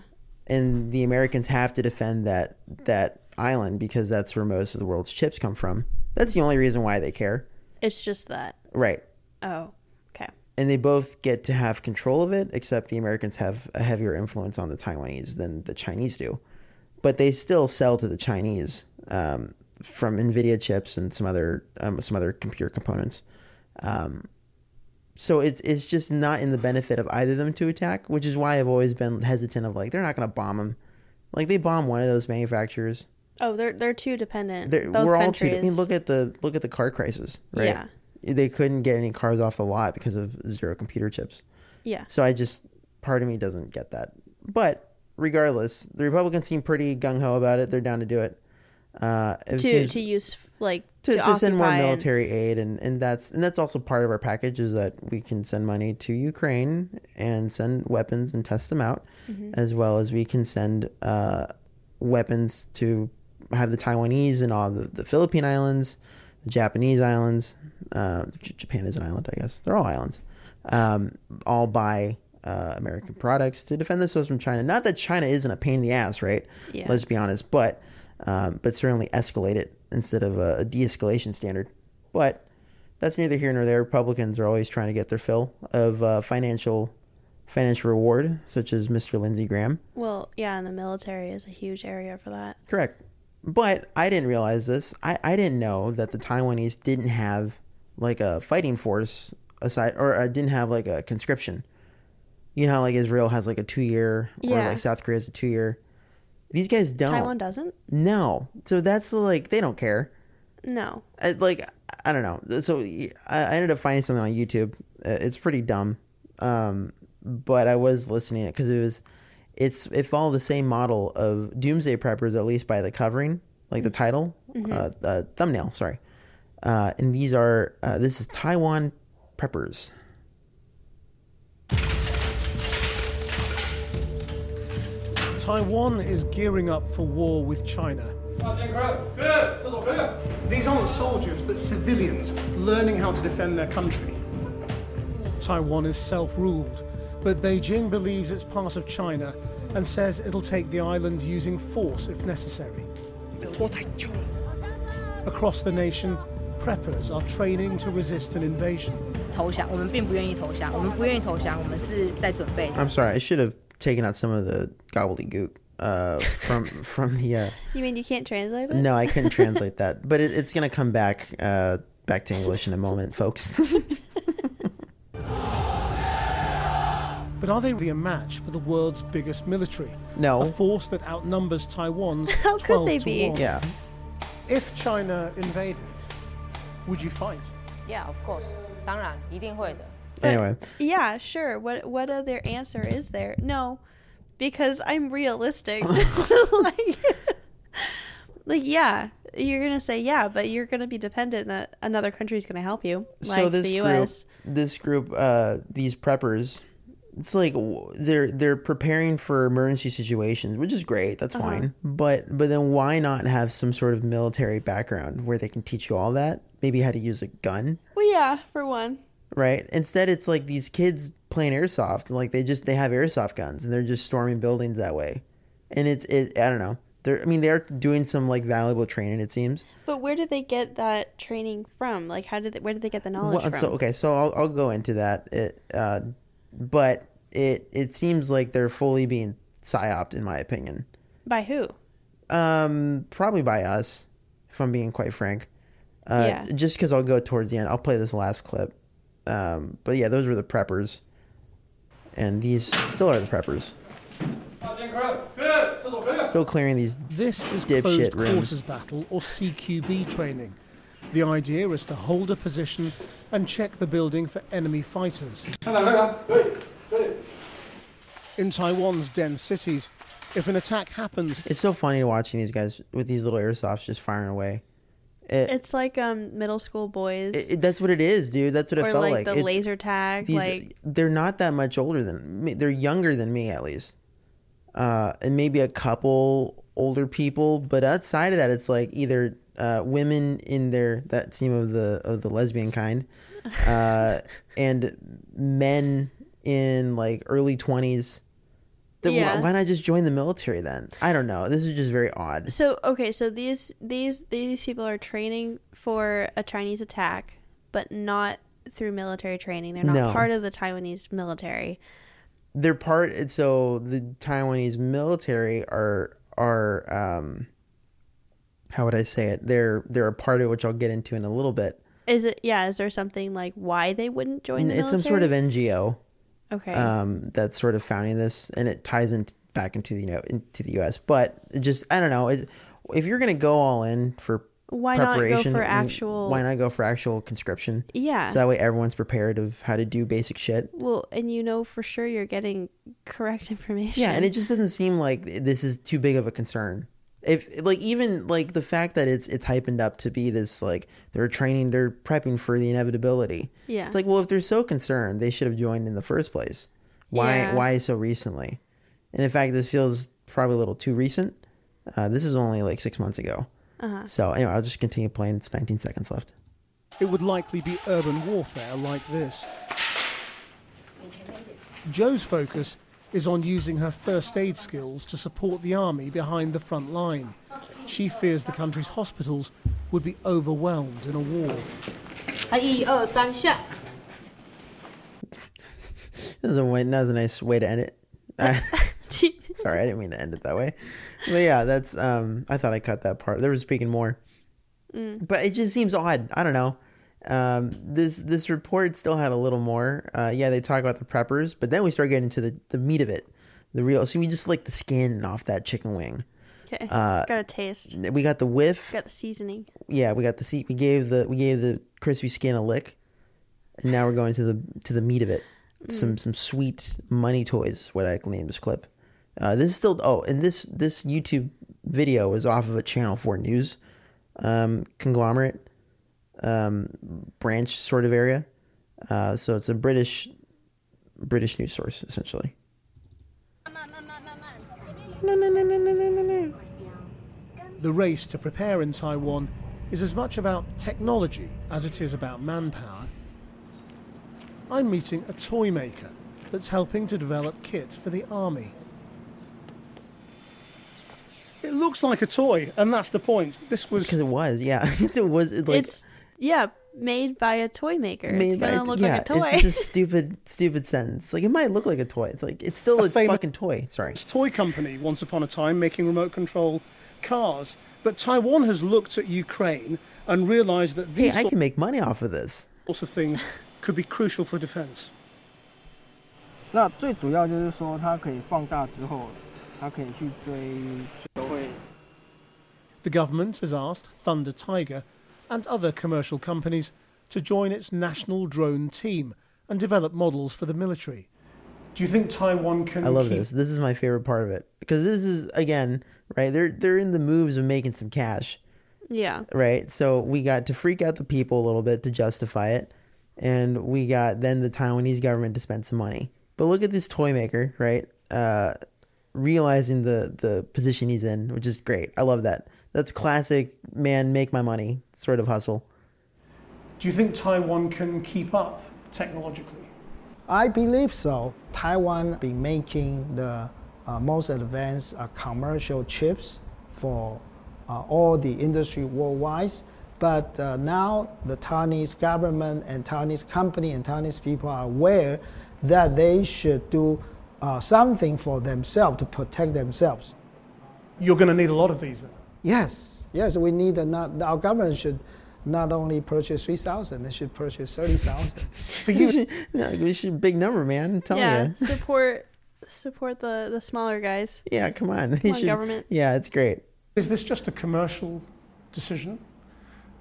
A: and the Americans have to defend that that island because that's where most of the world's chips come from. That's the only reason why they care,
B: It's just that.
A: right?
B: Oh, okay.
A: And they both get to have control of it, except the Americans have a heavier influence on the Taiwanese than the Chinese do. But they still sell to the Chinese um, from Nvidia chips and some other um, some other computer components. Um, so it's it's just not in the benefit of either of them to attack, which is why I've always been hesitant of like they're not going to bomb them. Like they bomb one of those manufacturers,
B: Oh, they're they're too dependent.
A: they're,
B: Both
A: we're all
B: countries.
A: too. I mean, look at the look at the car crisis, right?
B: Yeah.
A: They couldn't get any cars off the lot because of zero computer chips.
B: Yeah.
A: So I just part of me doesn't get that, but regardless, the Republicans seem pretty gung ho about it. They're down to do it. Uh, it
B: to
A: seems-
B: to use like
A: to, to send more
B: occupy and-
A: military aid and, and that's and that's also part of our package is that we can send money to Ukraine and send weapons and test them out
B: Mm-hmm.
P: Mhm.
A: as well as we can send uh, weapons to have the Taiwanese and all the, the Philippine islands the Japanese islands uh, J- Japan is an island I guess they're all islands um, all buy uh, American products to defend themselves from China not that China isn't a pain in the ass right
B: Yeah.
A: let's be honest, but um, but certainly escalate it instead of a, a de-escalation standard. But that's neither here nor there. Republicans are always trying to get their fill of uh, financial financial reward, such as Mr. Lindsey Graham.
B: Well, yeah, and the military is a huge area for that.
A: Correct. But I didn't realize this. I, I didn't know that the Taiwanese didn't have like a fighting force aside, or uh, didn't have like a conscription. You know, how, like Israel has like a two year, or
B: Yeah.
A: like South Korea has a two year. These guys don't.
B: Taiwan doesn't.
A: No. So that's like they don't care.
B: No.
A: I, like I don't know. So I I ended up finding something on YouTube. Uh, It's pretty dumb, um, but I was listening because it was it's it followed the same model of doomsday preppers at least by the covering, like the title,
P: Mhm.
A: uh, uh, thumbnail. Sorry, uh, and these are uh, this is Taiwan preppers.
R: Taiwan is gearing up for war with China. These aren't soldiers, but civilians learning how to defend their country. Taiwan is self ruled, but Beijing believes it's part of China and says it'll take the island using force if necessary. Across the nation, preppers are training to resist an invasion.
S: 投降，我们并不愿意投降，我们不愿意投降，我们是在准备。
A: I'm sorry, I should have taken out some of the gobbledygook uh, from from the. Uh,
B: You mean you can't translate it?
A: No, I couldn't translate that, but it, it's gonna come back uh, back to English in a moment, folks.
R: But are they really a match for the world's biggest military?
A: No.
R: A force that outnumbers Taiwan's
B: How
R: 12
B: could they
R: to
B: be?
R: 1.
A: Yeah.
R: If China invaded, would you fight?
T: Yeah, of course，当然一定会的。
A: anyway,
B: Yeah, sure. What what other answer is there? No, because I'm realistic. like, like, yeah, you're gonna say yeah, but you're gonna be dependent that another country's gonna help you, like
A: so this
B: the
A: group,
B: U.S.
A: this group, uh, these preppers, it's like w- they're they're preparing for emergency situations, which is great. That's
P: Uh-huh.
A: fine. But but then why not have some sort of military background where they can teach you all that? Maybe how to use a gun,
B: Well, yeah, for one.
A: right? Instead, it's like these kids playing airsoft, and like they just they have airsoft guns and they're just storming buildings that way. And it's it I don't know. They're I mean they're doing some like valuable training. It seems.
B: But where did they get that training from? Like, how did they, where did they get the knowledge
A: Well,
B: from?
A: so okay, so I'll, I'll go into that. It, uh, but it it seems like they're fully being psyoped, in my opinion.
B: By who?
A: Um, probably by us, if I'm being quite frank. Uh,
B: Yeah.
A: Just because I'll go towards the end, I'll play this last clip. Um, but yeah, those were the preppers, and these still are the preppers, still clearing these
R: This is
A: dipshit
R: closed
A: rooms.
R: quarters battle or CQB training. The idea is to hold a position and check the building for enemy fighters. In Taiwan's dense cities, If an attack happens,
A: It's so funny watching these guys with these little airsofts just firing away. It,
B: it's like um middle school boys.
A: it- that's what it is, dude. That's what it
B: or
A: felt
B: like,
A: like.
B: the
A: It's-
B: laser tag.
A: these-
B: like
A: they're not that much older than me. They're younger than me, at least, uh, and maybe a couple older people. But outside of that, it's like either uh, women in their that team of the of the lesbian kind, uh, and men in like early twenties.
B: Yeah.
A: Why not just join the military then? I don't know. This is just very odd.
B: so okay, so these these these people are training for a Chinese attack, but not through military training. They're not
A: No.
B: part of the Taiwanese military.
A: they're part so the Taiwanese military are are um how would I say it? They're they're a part of which I'll get into in a little bit.
B: Is it yeah, is there something like why they wouldn't join the
A: it's some sort of
B: military?
A: NGO.
B: Okay.
A: Um that's sort of founding this and it ties in back into the you know into the US. But it just I don't know, it, if you're gonna go all in for
B: Why not go
A: preparation,
B: for
A: w-
B: actual-
A: why not go for actual conscription?
B: Yeah.
A: So that way everyone's prepared of how to do basic shit.
B: Well, and you know for sure you're getting correct information.
A: Yeah, and it just doesn't seem like this is too big of a concern. If like even like the fact that it's it's hypened up to be this like they're training, they're prepping for the inevitability.
B: Yeah.
A: It's like, well, if they're so concerned, they should have joined in the first place. Why
B: Yeah.
A: why so recently? And in fact, this feels probably a little too recent. Uh, this is only like six months ago.
R: Uh-huh.
A: So anyway, I'll just continue playing. It's 19 seconds left.
R: it would likely be urban warfare like this. Joe's focus is on using her first aid skills to support the army behind the front line. She fears the country's hospitals would be overwhelmed in a war.
S: 他一二三下，
A: That was a, way, that was a nice way to end it. Uh, sorry, I didn't mean to end it that way. But yeah, that's. Um, I thought I cut that part. There was speaking more,
B: Mm.
A: but it just seems odd. I don't know. Um, this this report still had a little more. Uh, yeah, they talk about the preppers, but then we start getting into the, the meat of it, the real. See, we just like the skin off that chicken wing.
B: Okay.
A: Uh,
B: got a taste.
A: we got the whiff.
B: Got the seasoning.
A: Yeah, we got the seat. We gave the we gave the crispy skin a lick, and now we're going to the to the meat of it. Some some sweet money toys. What I can name this clip. Uh, this is still oh, and this this YouTube video was off of a Channel Four News um, conglomerate um, branch sort of area. Uh, so it's a British British news source essentially.
R: The race to prepare in Taiwan is as much about technology as it is about manpower. I'm meeting a toy maker that's helping to develop kit for the army. It looks like a toy, and that's the point. This was
A: because it was yeah, it was it's like
B: it's yeah, made by a toy maker.
A: Made
B: it's
A: by
B: gonna
A: a-
B: look
A: yeah,
B: like a toy.
A: It's just a stupid, stupid sentence. Like it might look like a toy. It's like it's still a, fucking toy. Sorry.
R: toy company once upon a time making remote control cars, but Taiwan has looked at Ukraine and realised that
A: Hey,
R: these
A: I
R: sor-
A: can make money off of this.
R: sorts of things could be crucial for defence.
P: 那最主要就是说，它可以放大之后，它可以去追球会。
R: The government has asked Thunder Tiger and other commercial companies to join its national drone team and develop models for the military. Do you think Taiwan can?
A: I love this. This is my favorite part of it because this is again right. They're they're in the moves of making some cash,
B: yeah.
A: right? So we got to freak out the people a little bit to justify it, and we got then the Taiwanese government to spend some money. But look at this toy maker, right? Uh, realizing the the position he's in, which is great. I love that. That's classic man make my money sort of hustle.
R: Do you think Taiwan can keep up technologically?
P: I believe so. Taiwan be making the uh, most advanced uh, commercial chips for uh, all the industry worldwide. But uh, now the Taiwanese government and Taiwanese company and Taiwanese people are aware that they should do uh, something for themselves to protect themselves.
R: You're going to need a lot of these. Then.
P: Yes, yes, we need a not, our government should not only purchase 3,000, they should purchase 30,000.
A: But you, no, we should big number, man. I'm telling
B: yeah.
A: you.
B: Support support the the smaller guys.
A: Yeah, come on.
B: Come
A: You
B: on,
A: should-
B: government.
A: Yeah, it's great.
R: Is this just a commercial decision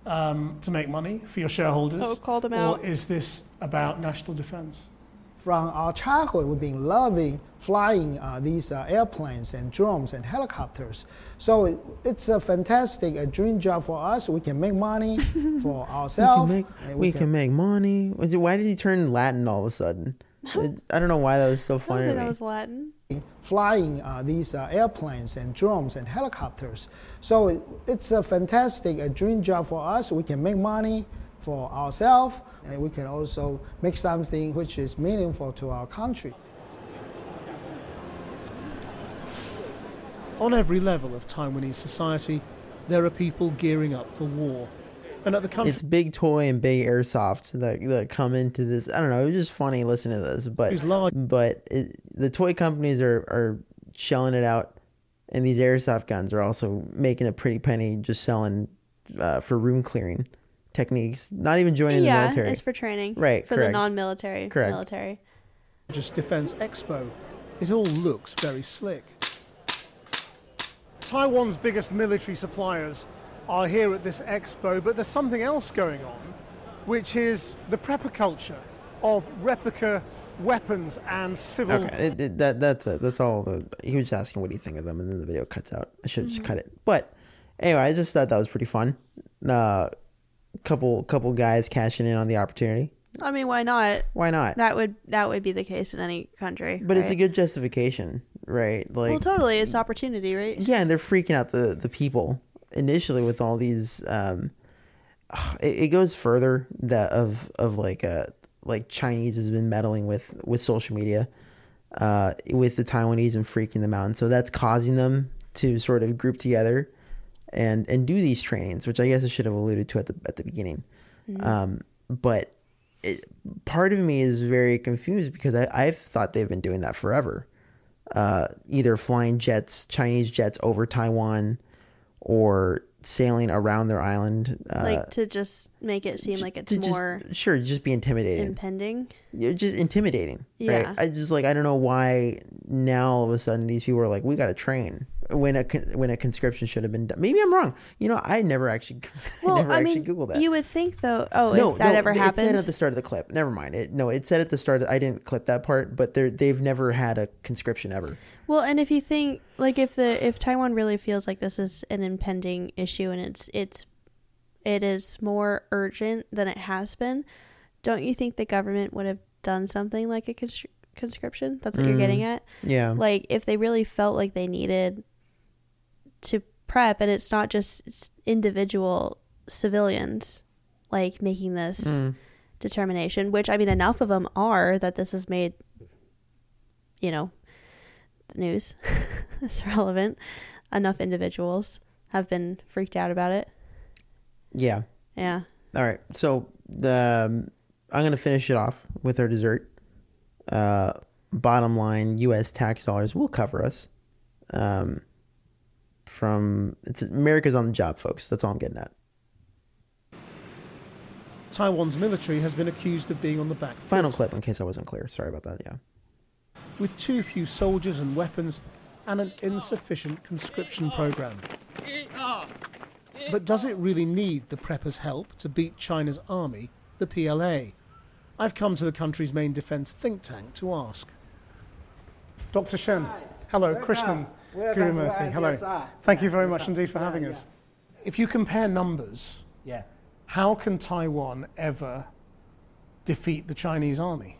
R: um, to make money for your shareholders?
B: Oh, call them
R: or
B: out.
R: is this about national defence?
P: From our childhood, we've been loving flying uh, these uh, airplanes and drones and helicopters. So it, it's a fantastic, a dream job for us. We can make money for ourselves.
A: we can
P: and
A: make, we can make money. Was it- Why did he turn Latin all of a sudden? It- I don't know why that was so funny to
B: That
A: me.
B: was Latin.
P: flying uh, these uh, airplanes and drones and helicopters. So it, it's a fantastic a dream job for us. We can make money for ourselves, and we can also make something which is meaningful to our country.
R: On every level of Taiwanese society, there are people gearing up for war. And at the country
A: It's big toy and big airsoft that that come into this. I don't know. It was just funny listening to this, but
R: It's large.
A: but it, the toy companies are are shelling it out, and these airsoft guns are also making a pretty penny just selling uh, for room clearing techniques. Not even joining
B: yeah,
A: the military.
B: it's for training.
A: Right.
B: For
A: correct.
B: the non-military.
A: Correct.
B: Military.
R: Just Defense Expo. It all looks very slick. Taiwan's biggest military suppliers are here at this expo, but there's something else going on, which is the prepper culture of replica weapons and civil
A: Okay, it, it- that that's it. That's all. The he was just asking what do you think of them, and then the video cuts out. I should have
B: Mm-hmm.
A: just
R: Mhm.
A: cut it. But anyway, I just thought that was pretty fun. Uh, couple couple guys cashing in on the opportunity.
B: I mean, why not?
A: Why not?
B: That would that would be the case in any country.
A: But it's a
B: right?
A: good justification, right? Like,
B: well, totally. It's opportunity, right?
A: yeah, and they're freaking out the the people initially with all these. Um, it, it goes further that of of like uh like Chinese has been meddling with with social media, uh, with the Taiwanese and freaking them out, and so that's causing them to sort of group together, and and do these trainings, which I guess I should have alluded to at the at the beginning,
Q: Mhm.
A: um, but. It, part of me is very confused because I, I've thought they've been doing that forever uh, either flying jets, Chinese jets over Taiwan, or sailing around their island. Uh,
B: like to just make it seem like it's
A: to just-
B: more
A: sure, just be intimidating.
B: impending.
A: Yeah, just intimidating.
B: Yeah.
A: Right? I just like I don't know why now all of a sudden these people are like we got to train when a con- when a conscription should have been done. Maybe I'm wrong. You know, I never actually
B: Well,
A: I never
B: I
A: actually
B: mean,
A: googled that.
B: you would think though. Oh, if that ever
A: It said
B: happened,
A: at the start of the clip. Never mind. It no, it said at the start. I didn't clip that part, but they they've never had a conscription ever.
B: Well, and if you think like if the if Taiwan really feels like this is an impending issue and it's it's it is more urgent than it has been, don't you think the government would have done something like a conscri- conscription? That's what you're
A: Mm,
B: getting at.
A: yeah.
B: Like if they really felt like they needed to prep, and it's not just s- individual civilians like making this
A: Mm.
B: determination, which I mean, enough of them are that this has made, you know, the news. it's relevant. Enough individuals have been freaked out about it.
A: Yeah.
B: Yeah.
A: All right. So the um, I'm gonna finish it off with our dessert. Uh, bottom line, U.S. tax dollars will cover us. Um, from it's America's on the job, folks. That's all I'm getting at.
R: Taiwan's military has been accused of being on the back foot.
A: Final clip, in case I wasn't clear. Sorry about that. Yeah.
R: with too few soldiers and weapons and an insufficient conscription program. But does it really need the Prepper's help to beat China's army, the PLA? I've come to the country's main defense think tank to ask. Dr. Shen, hello, Krishnan
J: Welcome to Ah.
R: Gurumurthy, hello.
J: ITSI.
R: Thank you very much indeed for having us. If you compare numbers,
J: Yeah.
R: how can Taiwan ever defeat the Chinese army?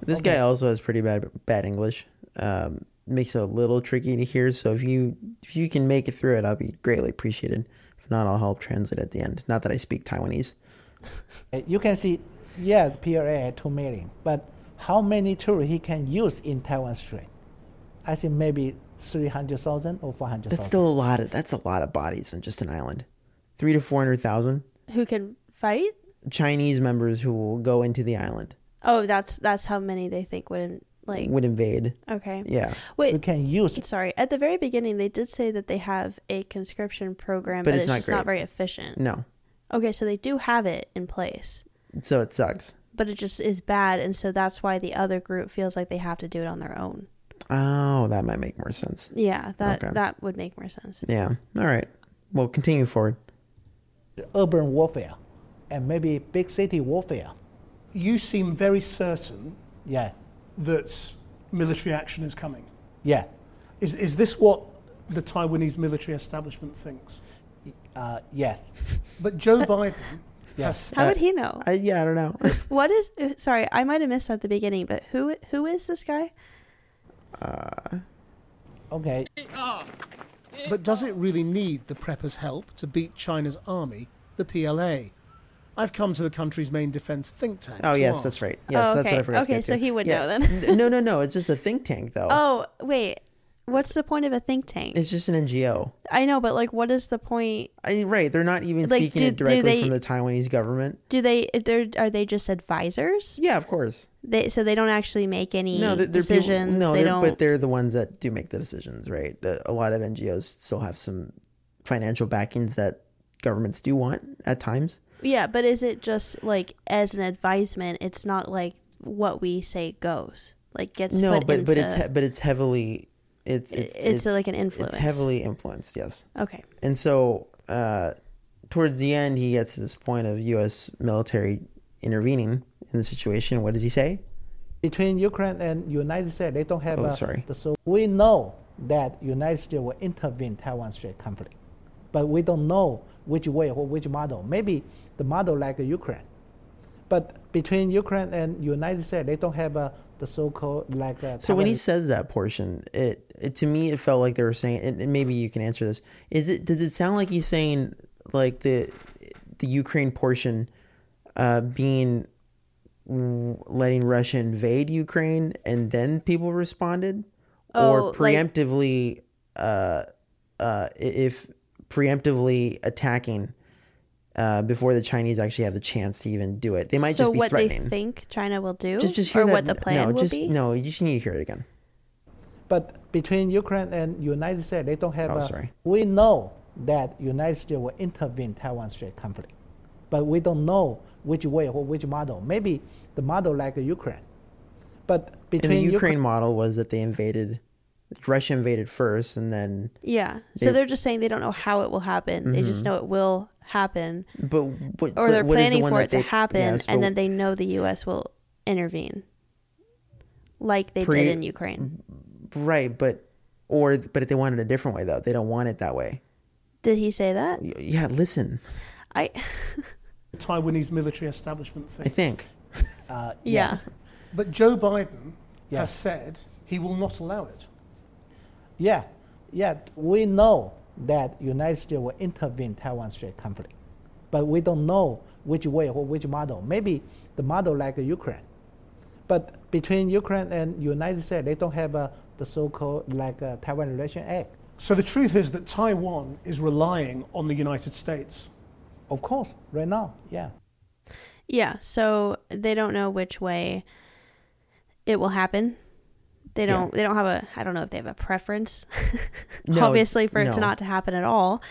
A: This guy also has pretty bad bad English. Um, makes it a little tricky to hear. So if you if you can make it through it, I'll be greatly appreciated. If not, I'll help translate at the end. Not that I speak Taiwanese.
U: Uh, You can see, yes, PLA had 2 million, but how many tourists he can use in Taiwan Strait? I think maybe 300,000 or 400,000.
A: That's still a lot of that's a lot of bodies on just an island. Three to four hundred thousand
B: Who can fight?
A: Chinese members who will go into the island
B: Oh, that's that's how many they think would like
A: would invade.
B: Okay.
A: Yeah.
B: Wait.
A: We can use-
B: Sorry. At the very beginning, they did say that they have a conscription program,
A: But
B: but,
A: it's
B: it's,
A: not
B: just
A: great.
B: not very efficient.
A: No.
B: Okay, so they do have it in place,
A: So it sucks.
B: but it just is bad, and so that's why the other group feels like they have to do it on their own.
A: Oh, that might make more sense.
B: Yeah, that
A: Okay.
B: that would make more sense.
A: Yeah. All right. Well, continue forward.
U: urban warfare and maybe big city warfare.
R: you seem very certain
U: Yeah,
R: that military action is coming.
U: yeah.
R: Is, is this what the Taiwanese military establishment thinks?
U: Uh, yes.
R: But Joe Biden.
A: Uh,
U: Yes. Uh,
B: How would he know?
A: I, yeah, I don't know.
B: What is? uh, Sorry, I might have missed at the beginning, but who who is this guy?
A: Uh,
U: okay.
R: But does it really need the preppers' help to beat China's army, the PLA? I've come to the country's main defense think tank.
A: oh
R: to
A: yes,
R: ask.
A: that's right. Yes, that's what I forgot. to
B: Okay,
A: get
B: so
A: to.
B: he would
A: Yeah.
B: know then.
A: N- no, no, no. It's just a think tank, though.
B: Oh wait, what's the point of a think tank?
A: It's just an NGO.
B: I know, but like, what is the point?
A: I, right, they're not even
B: Like,
A: seeking
B: do-
A: it
B: do
A: directly
B: they-
A: from the Taiwanese government.
B: Do they? They're, are they just advisors?
A: Yeah, of course.
B: They so they don't actually make any
A: No, they're, they're people-
B: decisions.
A: no,
B: they
A: they're-
B: don't.
A: but they're the ones that do make the decisions, right? The, a lot of NGOs still have some financial backings that governments do want at times.
B: yeah, but is it just like as an advisement? It's not like what we say goes. Like gets
A: no,
B: put
A: but
B: into,
A: but it's he- but it's heavily it's it's
B: It's like an influence.
A: It's heavily influenced, yes.
B: Okay.
A: And so uh, towards the end, he gets to this point of U.S. military intervening in the situation. What does he say?
U: Between Ukraine and United States, they don't have.
A: Oh,
U: a,
A: sorry.
U: So we know that United States will intervene Taiwan Strait conflict, but we don't know which way or which model. Maybe the model like Ukraine, but between Ukraine and United States, they don't have a, the so-called like. A
A: So when he
U: Taiwanese-
A: says that portion, it, it to me it felt like they were saying, and, and maybe you can answer this. Is it does it sound like he's saying like the the Ukraine portion uh, being w- letting Russia invade Ukraine and then people responded,
B: Oh,
A: or
B: like-
A: preemptively uh, uh, i- if preemptively attacking. Uh, before the Chinese actually have the chance to even do it, they might
B: so
A: just be
B: what
A: threatening.
B: they think China will do,
A: just, just hear
B: or
A: that.
B: what the plan
A: no,
B: will
A: just
B: be.
A: no. You just need to hear it again.
U: But between Ukraine and United States, they don't have.
A: Oh,
U: a,
A: sorry.
U: We know that United States will intervene Taiwan Strait conflict, but we don't know which way or which model. Maybe the model like Ukraine, but
A: And the
U: between
A: Ukraine, model was that they invaded, Russia invaded first, and then
B: Yeah. So
A: They-
B: they, are just saying they don't know how it will happen. They just
A: Mhm.
B: know it will happen.
A: but what,
B: or they're
A: what is the
B: planning
A: one
B: for
A: that
B: it to
A: they-
B: happen
A: yes,
B: and
A: but
B: then they know the US will intervene. Like they
A: Pre-
B: did in Ukraine.
A: right, but or but they want it a different way though. They don't want it that way.
B: Did he say that?
A: Y- Yeah, listen,
B: I
R: The Taiwanese military establishment
A: I
R: thinks.
A: think
U: Uh,
B: yeah.
R: But Joe Biden has
U: Yes.
R: said he will not allow it.
U: Yeah, yeah. We know that United States will intervene Taiwan Strait conflict, but we don't know which way or which model. Maybe the model like Ukraine, but between Ukraine and United States, they don't have a, the so-called like a Taiwan Relation Act.
R: So the truth is that Taiwan is relying on the United States.
U: Of course, right now, yeah.
B: Yeah. So they don't know which way it will happen. They don't they don't have a I don't know if they have a preference.
S: No,
B: Obviously for it
S: no.
B: to not to happen at all.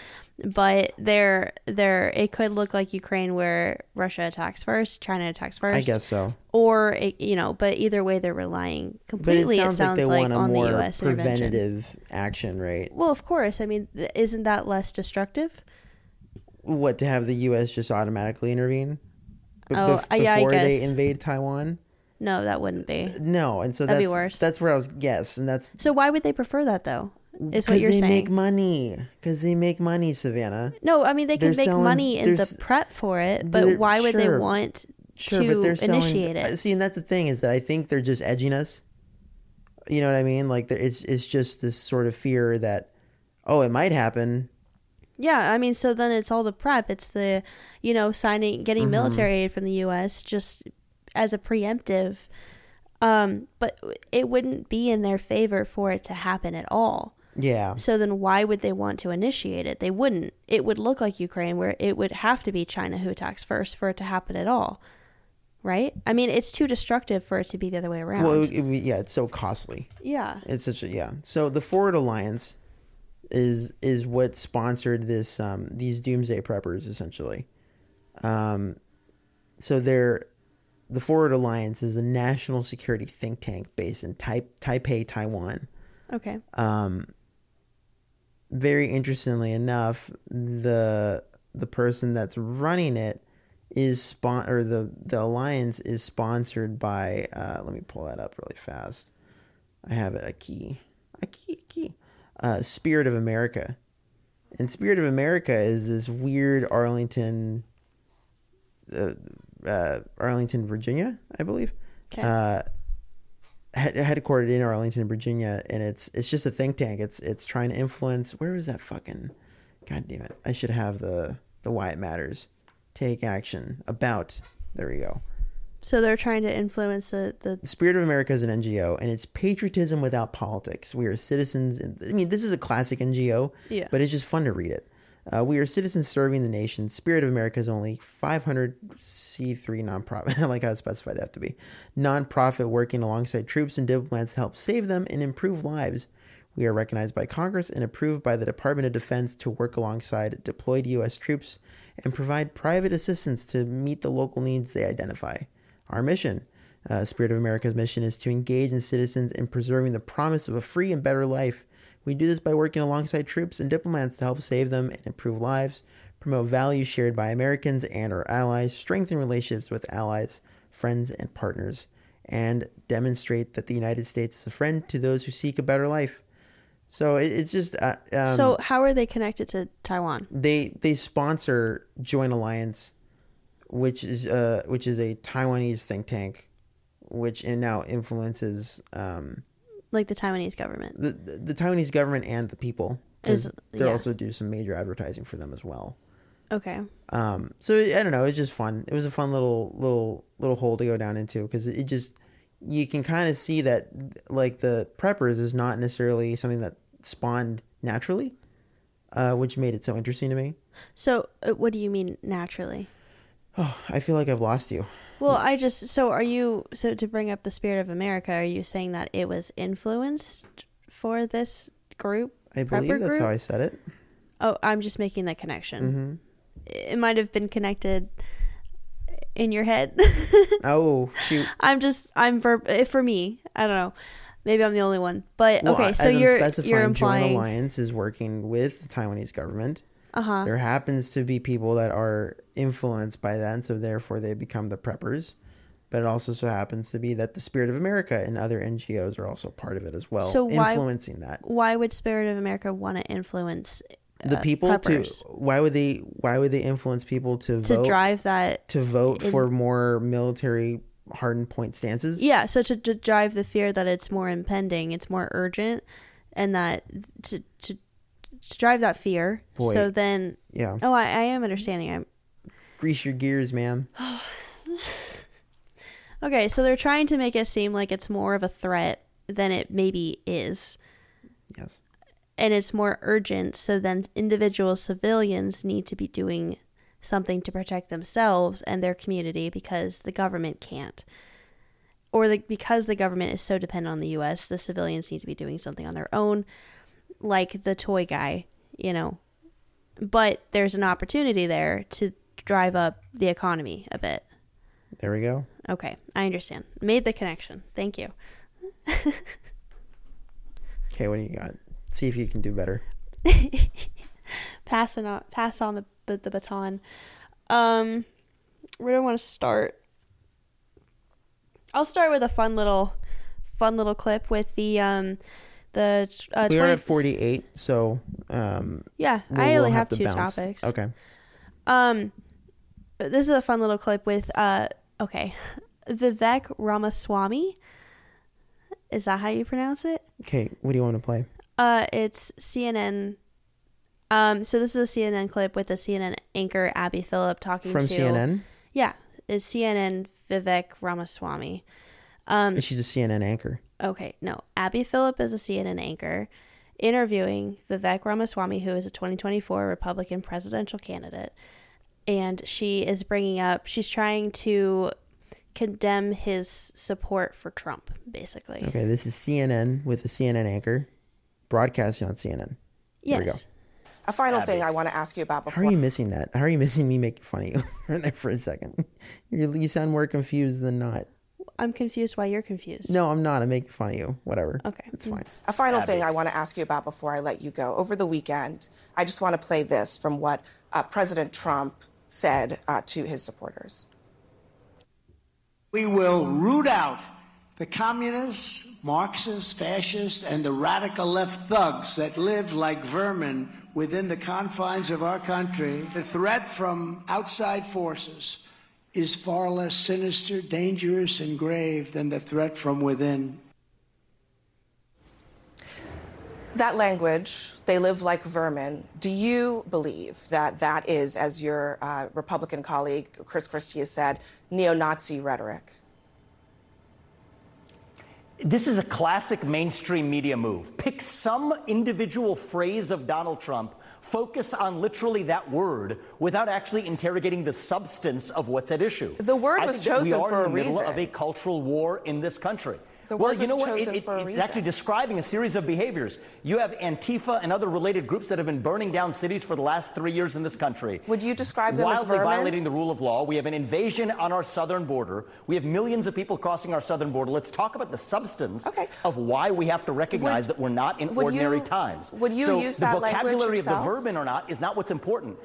B: But they're they're it could look like Ukraine where Russia attacks first, China attacks first.
A: I guess so.
B: Or it, you know, but either way they're relying
A: But it
B: completely
A: sounds, like they want a
B: on
A: more
B: the US intervention.
A: preventative action, right?
B: Well, of course. I mean, th- isn't that less destructive?
A: What to have the U.S. just automatically intervene? B-
B: Oh,
A: bef-
B: uh, yeah, I
A: before they
B: guess.
A: invade Taiwan?
B: No, that wouldn't be.
A: No, and so
B: That'd be
A: that's
B: worse.
A: that's where I was. Yes, and that's
B: So why would they prefer that though? Is what
A: because
B: you're
A: they
B: saying?
A: make money. Because they make money, Savannah.
B: No, I mean they can
A: They're
B: make
A: selling-
B: money in
A: they're
B: the
A: s-
B: prep for it,
A: They're-
B: but why would they
A: sure.
B: want
A: Sure,
B: to
A: but they're selling-
B: initiate
A: uh,
B: it?
A: See, and that's the thing is that I think they're just edging us. You know what I mean? Like there- it's it's just this sort of fear that oh, it might happen.
B: Yeah, I mean, so then it's all the prep. It's the, you know, signing, getting
A: Mhm.
B: military aid from the U.S. just as a preemptive. Um, but it wouldn't be in their favor for it to happen at all.
A: Yeah.
B: So then why would they want to initiate it? They wouldn't. It would look like Ukraine, where it would have to be China who attacks first for it to happen at all. Right? I mean, it's too destructive for it to be the other way around.
A: Well, it, would- yeah, it's so costly.
B: Yeah.
A: It's such a yeah. So the Forward Alliance is is what sponsored this um these doomsday preppers essentially. Um so they're the Forward Alliance is a national security think tank based in tai- Taipei, Taiwan.
B: okay.
A: Um, very interestingly enough, the the person that's running it is spon- or the the alliance is sponsored by. Uh, let me pull that up really fast. I have a key, a key, a key. Uh, Spirit of America, and Spirit of America is this weird Arlington, uh, uh, Arlington, Virginia, I believe.
B: Okay.
A: Uh, head- headquartered in Arlington, Virginia, and it's it's just a think tank. It's it's trying to influence. Where was that fucking? God damn it! I should have the the why it matters. Take action about. There we go.
B: So they're trying to influence the, the
A: Spirit of America is an NGO, and it's patriotism without politics. We are citizens. In, I mean, this is a classic NGO,
B: Yeah.
A: but it's just fun to read it. Uh, we are citizens serving the nation. Spirit of America is only 500c3 nonprofit. I like how I specified that to be nonprofit working alongside troops and diplomats to help save them and improve lives. We are recognized by Congress and approved by the Department of Defense to work alongside deployed U.S. troops and provide private assistance to meet the local needs they identify. Our mission, uh, Spirit of America's mission, is to engage in citizens in preserving the promise of a free and better life. We do this by working alongside troops and diplomats to help save them and improve lives, promote values shared by Americans and our allies, strengthen relationships with allies, friends, and partners, and demonstrate that the United States is a friend to those who seek a better life. So it, it's just uh, um,
B: so how are they connected to Taiwan?
A: they they sponsor Joint Alliance, which is uh which is a Taiwanese think tank, which and now influences um
B: Like the Taiwanese government.
A: the the, the Taiwanese government and the people. 'cause
B: Is-
A: they
B: yeah.
A: also do some major advertising for them as well.
B: Okay.
A: Um, so I don't know. It's just fun. It was a fun little little little hole to go down into because it just you can kind of see that like the preppers is not necessarily something that spawned naturally, uh, which made it so interesting to me.
B: So uh, what do you mean naturally?
A: Oh, I feel like I've lost you.
B: Well, I just so are you so to bring up the Spirit of America, are you saying that it was influenced for this group?
A: I believe
B: prepper
A: that's
B: group?
A: how I said it. Mm-hmm.
B: Oh, I'm just making that connection. It might have been connected in your head.
A: Oh shoot!
B: I'm just I'm for for me. I don't know. Maybe I'm the only one. But
A: Well,
B: okay,
A: as
B: so
A: I'm
B: you're
A: specifying,
B: you're
A: Joint
B: implying
A: Alliance is working with the Taiwanese government.
B: Uh-huh.
A: There happens to be people that are influenced by that, and so therefore they become the preppers. But it also so happens to be that the Spirit of America and other NGOs are also part of it as well,
B: so why
A: influencing that.
B: Why would Spirit of America want to influence
A: The
B: uh,
A: people
B: preppers?
A: to why would they why would they influence people to,
B: to
A: vote
B: drive that
A: to vote
B: in-
A: for more military hardened point stances?
B: Yeah, so to, to drive the fear that it's more impending, it's more urgent, and that to to, to drive that fear.
A: Boy.
B: So then,
A: Yeah.
B: Oh, I, I am understanding. I'm
A: Grease your gears, ma'am.
B: okay. So they're trying to make it seem like it's more of a threat than it maybe is.
A: Yes.
B: And it's more urgent. So then, individual civilians need to be doing something to protect themselves and their community because the government can't. Or the, because the government is so dependent on the U.S., the civilians need to be doing something on their own. like the toy guy, you know. But there's an opportunity there to drive up the economy a bit.
A: There we go.
B: Okay, I understand. Made the connection. Thank you.
A: Okay, what do you got? See if you can do better.
B: Passing on, pass on the the, the baton. Um, where do I want to start? I'll start with a fun little, fun little clip with the um, the uh,
A: we are
B: 20
A: at 48 so um
B: Yeah,
A: we
B: I
A: will
B: only have
A: to
B: two
A: bounce.
B: topics.
A: okay
B: Um, this is a fun little clip with uh, okay, Vivek Ramaswamy. Is that how you pronounce it?
A: okay what do you want to play
B: Uh, it's CNN. Um, so this is a CNN clip with the CNN anchor Abby Phillip talking
A: From
B: to
A: CNN?
B: Yeah, it's CNN Vivek Ramaswamy. Um, oh,
A: she's a cnn anchor
B: Okay, no. Abby Phillip is a CNN anchor interviewing Vivek Ramaswamy, who is a 2024 Republican presidential candidate. And she is bringing up, she's trying to condemn his support for Trump, basically.
A: okay this is cnn with a cnn anchor broadcasting on cnn there we go
B: Yes.
Q: A final
A: Abby.
Q: thing I want to ask you about
A: how
Q: before
A: are you missing that how are you missing me making fun of you right there for a second you you sound more confused than not
B: I'm confused why you're confused.
A: no i'm not i'm making fun of you whatever okay it's fine
Q: A final thing I want to ask you about before I let you go. Over the weekend, I just want to play this from what uh, President Trump said uh, to his supporters.
C: We will root out the communists, Marxists, fascists, and the radical left thugs that live like vermin within the confines of our country. The threat from outside forces is far less sinister, dangerous, and grave than the threat from within.
Q: That language, they live like vermin. Do you believe that that is, as your uh, Republican colleague Chris Christie has said, neo Nazi rhetoric?
V: This is a classic mainstream media move. Pick some individual phrase of Donald Trump, focus on literally that word without actually interrogating the substance of what's at issue.
Q: The word
V: I
Q: was
V: think that
Q: chosen
V: we are
Q: for
V: in
Q: a
V: the middle
Q: reason.
V: of a cultural war in this country.
Q: The
V: well,
Q: word
V: you know
Q: was
V: what? It-
Q: chosen
V: it-
Q: for a
V: it's
Q: reason.
V: actually describing a series of behaviors. You have Antifa and other related groups that have been burning down cities for the last three years in this country.
Q: Would you describe them as
V: wildly
Q: vermin?
V: violating the rule of law. We have an invasion on our southern border. We have millions of people crossing our southern border. Let's talk about the substance of why we have to recognize that we're not in
Q: would
V: ordinary
Q: you-
V: times.
Q: would you
V: so
Q: use
V: the
Q: that language
V: vocabulary of the
Q: yourself?
V: vermin or not is not what's important.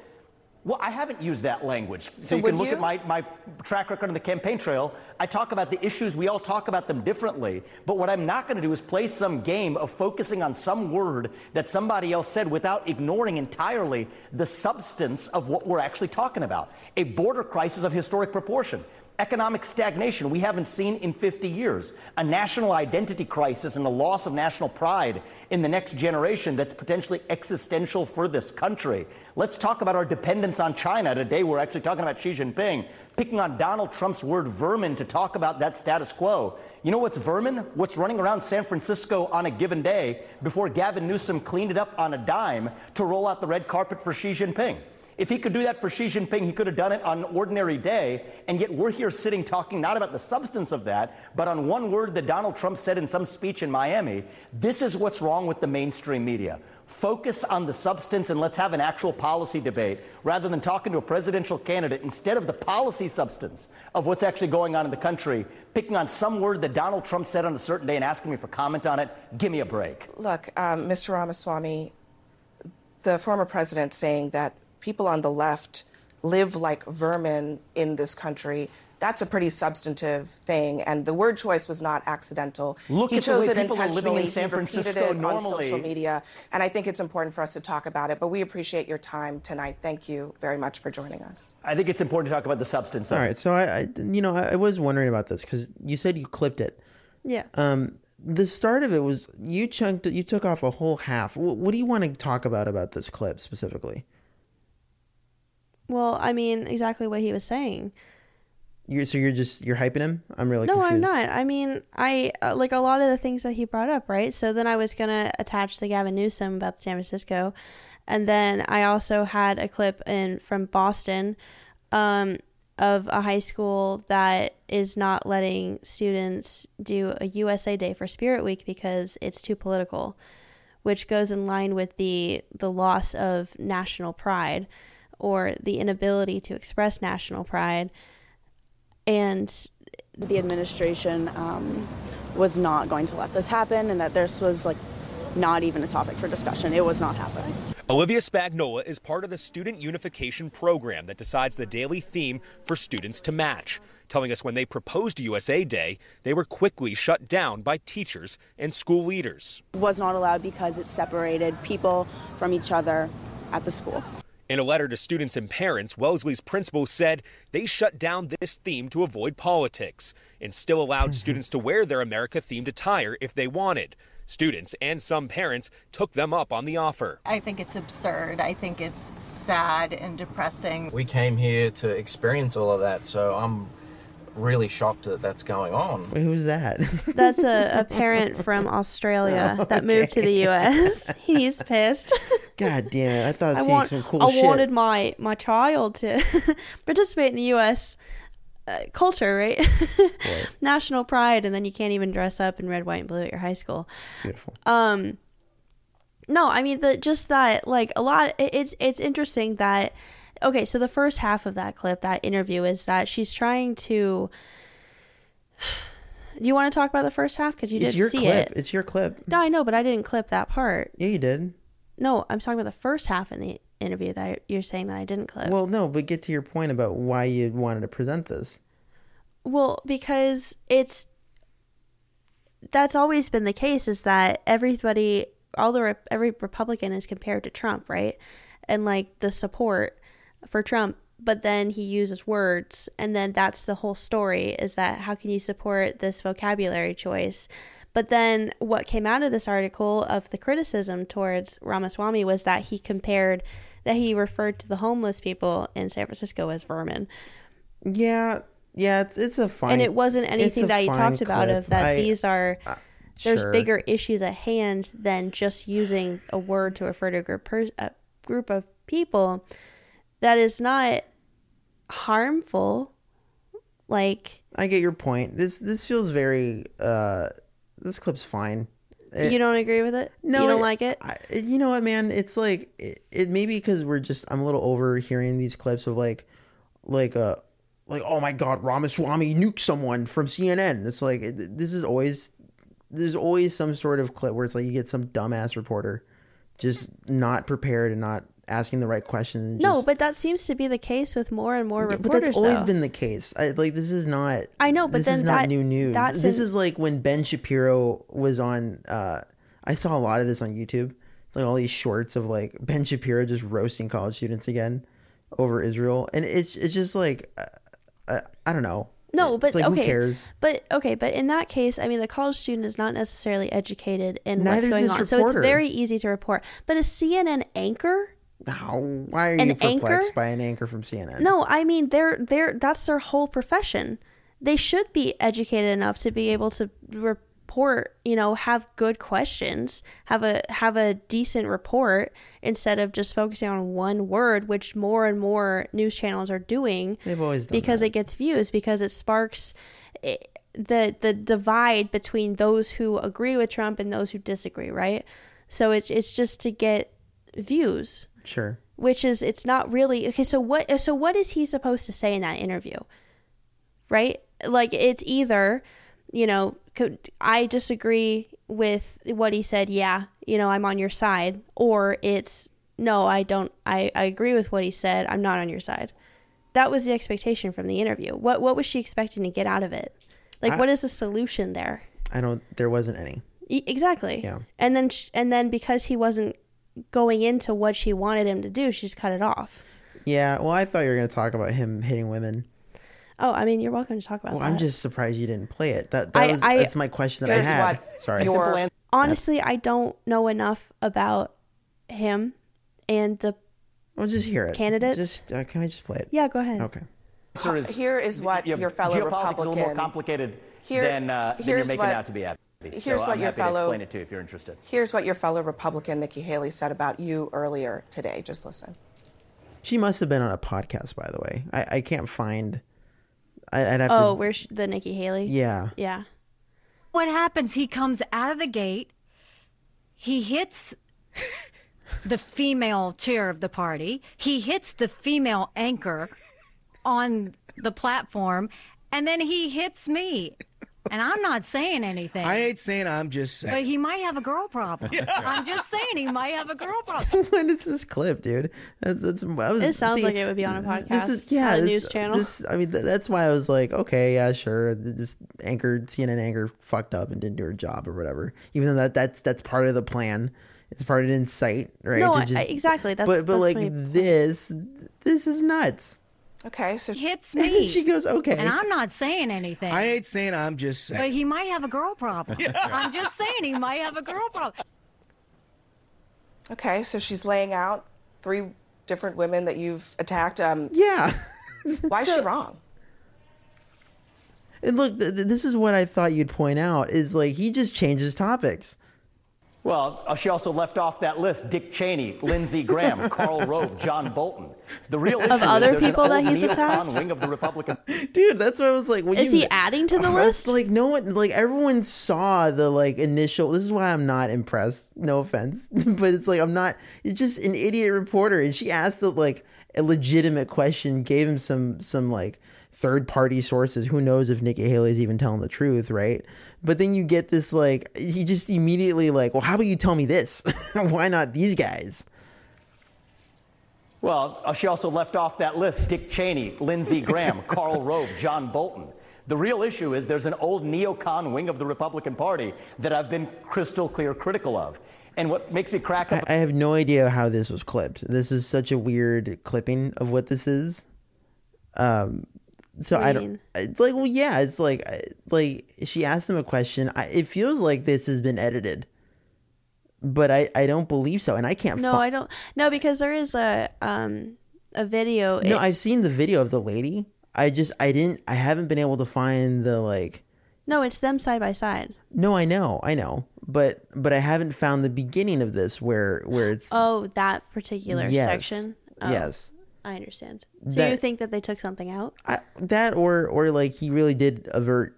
V: Well, I haven't used that language. So,
Q: So
V: you can
Q: would
V: look
Q: you?
V: at my, my track record on the campaign trail. I talk about the issues. We all talk about them differently. But what I'm not going to do is play some game of focusing on some word that somebody else said without ignoring entirely the substance of what we're actually talking about. A border crisis of historic proportion. Economic stagnation we haven't seen in 50 years, a national identity crisis and a loss of national pride in the next generation that's potentially existential for this country. Let's talk about our dependence on China. Today we're actually talking about Xi Jinping, picking on Donald Trump's word vermin to talk about that status quo. You know what's vermin? What's running around San Francisco on a given day before Gavin Newsom cleaned it up on a dime to roll out the red carpet for Xi Jinping. If he could do that for Xi Jinping, he could have done it on an ordinary day. And yet we're here sitting talking not about the substance of that, but on one word that Donald Trump said in some speech in Miami. This is what's wrong with the mainstream media. Focus on the substance and let's have an actual policy debate rather than talking to a presidential candidate instead of the policy substance of what's actually going on in the country, picking on some word that Donald Trump said on a certain day and asking me for comment on it. Give me a break.
Q: Look, um, Mr. Ramaswamy, the former president saying that people on the left live like vermin in this country. That's a pretty substantive thing, and the word choice was not accidental.
V: Look
Q: he
V: at the
Q: chose
V: way
Q: it
V: people are living in
Q: intentionally.
V: San
Q: he repeated
V: Francisco
Q: it on social
V: normally.
Q: media, and I think it's important for us to talk about it. But we appreciate your time tonight. Thank you very much for joining us.
V: I think it's important to talk about the substance of
A: All
V: it.
A: right, so I, I you know, I, I was wondering about this because you said you clipped it.
B: Yeah.
A: Um, the start of it was you chunked, it- you took off a whole half. Wh- what do you want to talk about about this clip specifically?
B: Well, I mean, exactly what he was saying.
A: You're, so you're just you're hyping him. I'm really
B: no,
A: confused.
B: I'm not. I mean, I uh, like a lot of the things that he brought up, right? So then I was gonna attach the Gavin Newsom about San Francisco, and then I also had a clip in from Boston, um, of a high school that is not letting students do a USA Day for Spirit Week because it's too political, which goes in line with the the loss of national pride, or the inability to express national pride, and
W: the administration um, was not going to let this happen and that this was like not even a topic for discussion. It was not happening.
X: Olivia Spagnola is part of the Student Unification Program that decides the daily theme for students to match, telling us when they proposed USA Day, they were quickly shut down by teachers and school leaders.
W: Was not allowed because it separated people from each other at the school.
X: In a letter to students and parents, Wellesley's principal said they shut down this theme to avoid politics and still allowed students to wear their America themed attire if they wanted. Students and some parents took them up on the offer.
Y: I think it's absurd. I think it's sad and depressing.
Z: We came here to experience all of that, so I'm really shocked that that's going on.
A: Wait, who's that?
B: That's a, a parent from Australia that moved to the U.S. He's pissed.
A: God damn it! I thought
B: I
A: I'd seen
B: want.
A: some cool
B: I
A: shit.
B: wanted my my child to participate in the U.S. Uh, culture, right? National pride, and then you can't even dress up in red, white, and blue at your high school.
A: Beautiful.
B: Um, no, I mean the just that like a lot. it- It's it's interesting that okay. So the first half of that clip, that interview, is that she's trying to. Do you want to talk about the first half? Because you
A: it's
B: didn't
A: your
B: see
A: clip.
B: it.
A: It's your clip.
B: No, I know, but I didn't clip that part.
A: Yeah, you did.
B: No, I'm talking about the first half in the interview that you're saying that I didn't clip.
A: Well, no, but get to your point about why you wanted to present this.
B: Well, because it's that's always been the case is that everybody, all the rep- every Republican is compared to Trump, right? And like the support for Trump, but then he uses words, and then that's the whole story is that how can you support this vocabulary choice? But then what came out of this article of the criticism towards Ramaswamy was that he compared that he referred to the homeless people in San Francisco as vermin.
A: Yeah, yeah, it's it's a fine.
B: and it wasn't
A: it's
B: anything
A: a
B: that he
A: fine
B: talked about
A: clip.
B: of that
A: I- uh,
B: these are there's
A: sure.
B: bigger issues at hand than just using a word to refer to a group, pers- a group of people that is not harmful like
A: I get your point. This this feels very. uh This clip's fine. It-
B: you don't agree with it you don't like it
A: I, you know what, man? It's like it, it maybe because we're just I'm a little over hearing these clips of like, like uh like oh my god, Ramaswamy nuked someone from CNN. It's like it, this is always there's always some sort of clip where it's like you get some dumbass reporter just not prepared and not asking the right questions. And
B: no
A: just,
B: but that seems to be the case with more and more reporters
A: but that's always
B: though.
A: been the case. I, like this is not.
B: I know, but
A: this
B: then
A: is not
B: that-
A: new news.
B: that's
A: This
B: in-
A: is like when Ben Shapiro was on. Uh, I saw a lot of this on YouTube. It's like all these shorts of like Ben Shapiro just roasting college students again over Israel, and it's it's just like uh, uh, I don't know.
B: No, but
A: it's like,
B: okay.
A: who cares?
B: But okay, but in that case, I mean, the college student is not necessarily educated in what's
A: Neither is
B: going
A: this
B: on, so it's
A: reporter.
B: very easy to report. But a CNN anchor?
A: How, why are
B: An
A: you perplexed
B: anchor?
A: by an anchor from CNN?
B: No, I mean, they're they're that's their whole profession. They should be educated enough to be able to report. You know, have good questions, have a have a decent report instead of just focusing on one word, which more and more news channels are doing.
A: They've always done
B: because it gets views because it sparks it, the the divide between those who agree with Trump and those who disagree, right? So it's it's just to get views,
A: Sure.
B: which is it's not really okay. So what so what is he supposed to say in that interview, right? Like it's either you know co- I disagree with what he said. Yeah, you know I'm on your side, or it's no, I don't. I, I agree with what he said. I'm not on your side that was the expectation from the interview. What what was she expecting to get out of it? Like,
A: I-
B: what is the solution there?
A: I don't. There wasn't any.
B: E- exactly.
A: Yeah.
B: And then sh- and then because he wasn't going into what she wanted him to do, she just cut it off.
A: Yeah. Well, I thought you were going to talk about him hitting women.
B: Oh, I mean, you're welcome to talk about
A: Well,
B: that.
A: I'm just surprised you didn't play it. That, that
B: I-
A: was
B: I-
A: that's my question that I
B: Here's
A: had.
B: what
A: Sorry.
B: your- honestly, I don't know enough about him and the
A: Well, just hear it.
B: candidates.
A: Just Oh, uh, can I just play it?
B: Yeah, go ahead.
A: Okay.
V: Answer is-
Q: Here is what
V: Yeah,
Q: your fellow
V: geopolitics is a little more
Q: Republican.
V: complicated
Q: Here-
V: than, uh, than you're
Q: here's
V: making
Q: what-
V: out to be, Abby.
Q: here's
V: so
Q: what
V: I'm
Q: your
V: happy to
Q: fellow-
V: explain it too if you're interested.
Q: Here's what your fellow Republican Nikki Haley said about you earlier today. Just listen.
A: She must have been on a podcast, by the way. I, I can't find. I, I'd have
B: oh,
A: to.
B: where's the Nikki Haley?
A: Yeah.
B: Yeah.
D: what happens? He comes out of the gate. He hits the female chair of the party. He hits the female anchor on the platform, and then he hits me. And I'm not saying anything.
E: I ain't saying I'm just saying.
D: but he might have a girl problem.
E: Yeah.
D: I'm just saying he might have a girl problem.
A: when is this clip, dude? That's, that's I was,
B: It sounds
A: see,
B: like it would be on a podcast.
A: This is yeah,
B: on a
A: this,
B: news channel.
A: This, I mean, th- that's why I was like, okay, yeah, sure. Th- This anchor CNN anchor fucked up and didn't do her job or whatever. Even though that that's that's part of the plan. It's part of the insight, right?
B: No,
A: to
B: I- I- exactly. That's-
A: but but
B: that's
A: like
B: my point.
A: this, this is nuts.
Q: Okay, so
D: hits
A: And
D: me.
A: she goes, okay.
D: And I'm not saying anything.
E: I ain't saying I'm just saying.
D: But he might have a girl problem.
E: Yeah.
D: I'm just saying he might have a girl problem.
Q: Okay, so she's laying out three different women that you've attacked. Um,
A: yeah.
Q: why is she wrong?
A: And look, th- th- this is what I thought you'd point out is like he just changes topics.
V: Well, uh, she also left off that list Dick Cheney, Lindsey Graham, Karl Rove, John Bolton. The real
B: Of
V: issue is
B: other
V: there's an
B: people that
V: old
B: he's attacked?
V: neocon wing of the Republican
A: Dude, that's what I was like. When
B: Is
A: you,
B: he adding to the
A: That's,
B: list?
A: Like no one, like everyone saw the like initial. This is why I'm not impressed. No offense, but it's like I'm not. It's just an idiot reporter, and she asked the like a legitimate question, gave him some some like third party sources. Who knows if Nikki Haley's even telling the truth, right? But then you get this like he just immediately like, well, how about you tell me this? why not these guys?
V: Well, uh, she also left off that list Dick Cheney, Lindsey Graham, Karl Rove, John Bolton. The real issue is there's an old neocon wing of the Republican Party that I've been crystal clear critical of. And what makes me crack
A: I,
V: up
A: I have no idea how this was clipped. This is such a weird clipping of what this is. Um, so I don't it's like. Well, yeah, it's like I- like she asked him a question. I, it feels like this has been edited, but I I don't believe so, and I can't.
B: No,
A: fi-
B: I don't. No, because there is a um a video.
A: No,
B: It-
A: I've seen the video of the lady. I just I didn't. I haven't been able to find the like.
B: no, it's them side by side.
A: No, I know, I know, but but I haven't found the beginning of this where where it's
B: Oh, that particular
A: Yes.
B: section. Oh,
A: Yes.
B: I understand. Do you
A: That-
B: think that they took something out?
A: I, that or or like he really did avert,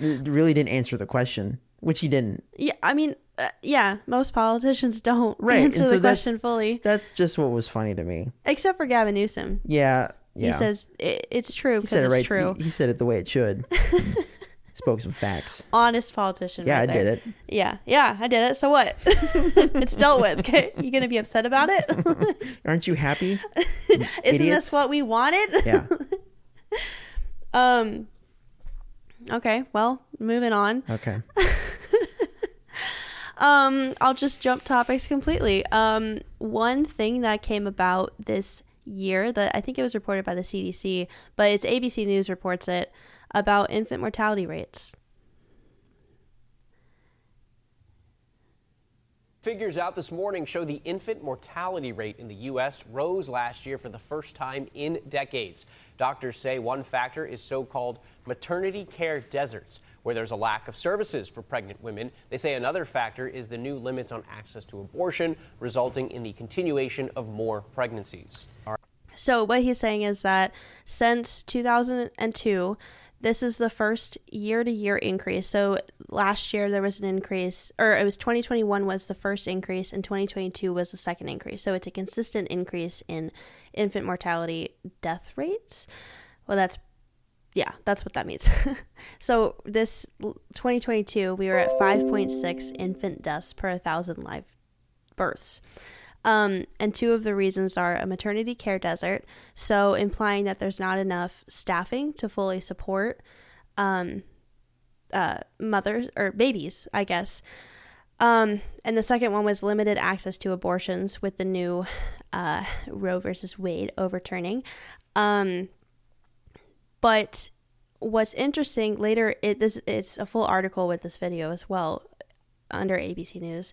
A: really didn't answer the question, which he didn't.
B: Yeah, I mean, uh, yeah, most politicians don't
A: Right,
B: answer
A: and so
B: the
A: that's-
B: question fully,
A: That's just what was funny to me.
B: except for Gavin Newsom.
A: Yeah, yeah.
B: He says it, it's true
A: He
B: because it's true.
A: He, he said it the way it should. Spoke some facts.
B: Honest politician.
A: Yeah,
B: right
A: I did
B: there.
A: it.
B: Yeah, yeah, I did it. So what? it's dealt with. Okay, you gonna be upset about it?
A: Aren't you happy?
B: Isn't
A: Idiots.
B: this what we wanted?
A: Yeah.
B: um. Okay. Well, moving on.
A: Okay.
B: Um, I'll just jump topics completely. Um, one thing that came about this year that I think it was reported by the CDC, but it's ABC News reports it about infant mortality rates.
F: Figures out this morning show the infant mortality rate in the U.S. rose last year for the first time in decades. Doctors say one factor is so called maternity care deserts, where there's a lack of services for pregnant women. They say another factor is the new limits on access to abortion, resulting in the continuation of more pregnancies. All right.
B: So what he's saying is that since 2002, this is the first year-to-year increase. So last year there was an increase, or it was 2021 was the first increase, and 2022 was the second increase. So it's a consistent increase in infant mortality death rates. Well, that's yeah, that's what that means. so this l- 2022, we were at 5.6 infant deaths per 1,000 live births. Um, and two of the reasons are a maternity care desert, so implying that there's not enough staffing to fully support um, uh, mothers or babies, I guess. Um, and the second one was limited access to abortions with the new uh, Roe versus Wade overturning. Um, but what's interesting later, it this it's a full article with this video as well under ABC News.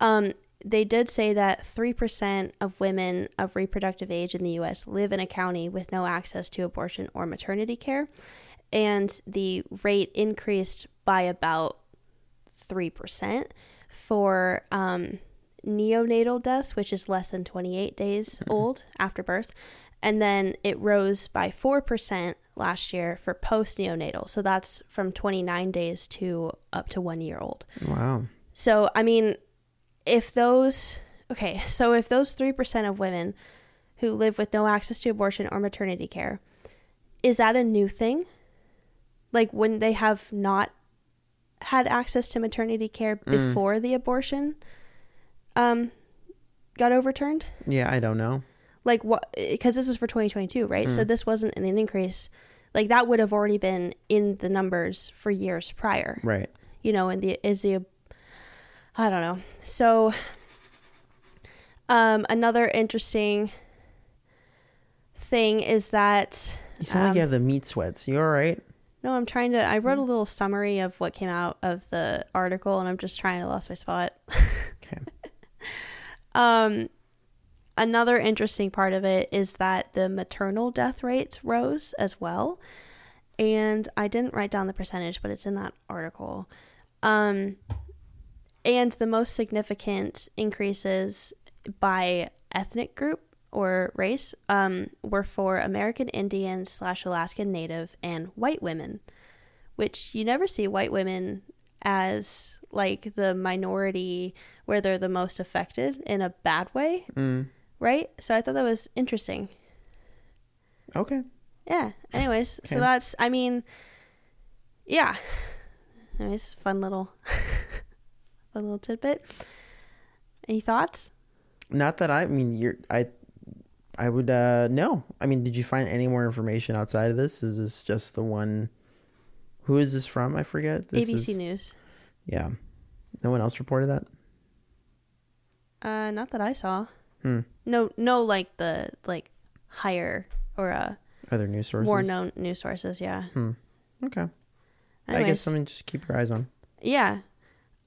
B: Um, they did say that three percent of women of reproductive age in the U.S. live in a county with no access to abortion or maternity care, and the rate increased by about three percent for um, neonatal deaths, which is less than 28 days old after birth, and then it rose by four percent last year for post neonatal. So that's from 29 days to up to one year old.
A: Wow.
B: So, I mean, if those, okay, so if those 3% of women who live with no access to abortion or maternity care, is that a new thing? Like when they have not had access to maternity care
A: Mm.
B: before the abortion um, got overturned?
A: Yeah, I don't know.
B: like what because this is for 2022 right so
A: Mm.
B: this wasn't an increase like that would have already been in the numbers for years prior
A: Right.
B: you know and the is the i don't know so um another interesting thing is that
A: You sound like
B: um,
A: you have the meat sweats. You all right?
B: no i'm trying to i wrote a little summary of what came out of the article and i'm just trying to lost my spot
A: okay
B: um another interesting part of it is that the maternal death rates rose as well. And I didn't write down the percentage, but it's in that article. Um, and the most significant increases by ethnic group or race um, were for American Indian slash Alaskan Native and white women, which you never see white women as like the minority where they're the most affected in a bad way
A: Mm.
B: right? So I thought that was interesting.
A: Okay.
B: Yeah. Anyways, so
A: Okay.
B: that's I mean, yeah. Anyways, fun little, fun little tidbit. Any thoughts?
A: Not that I, I mean you're I I would uh no. I mean, did you find any more information outside of this? Is this just the one? Who is this from? I forget. This
B: ABC
A: is-
B: News.
A: Yeah. No one else reported that.
B: Uh, not that I saw.
A: Hmm.
B: No, no, like the like higher or uh
A: Other news sources.
B: more known news sources. Yeah.
A: Hmm. Okay. I guess
B: Anyways.
A: something just keep your eyes on.
B: Yeah.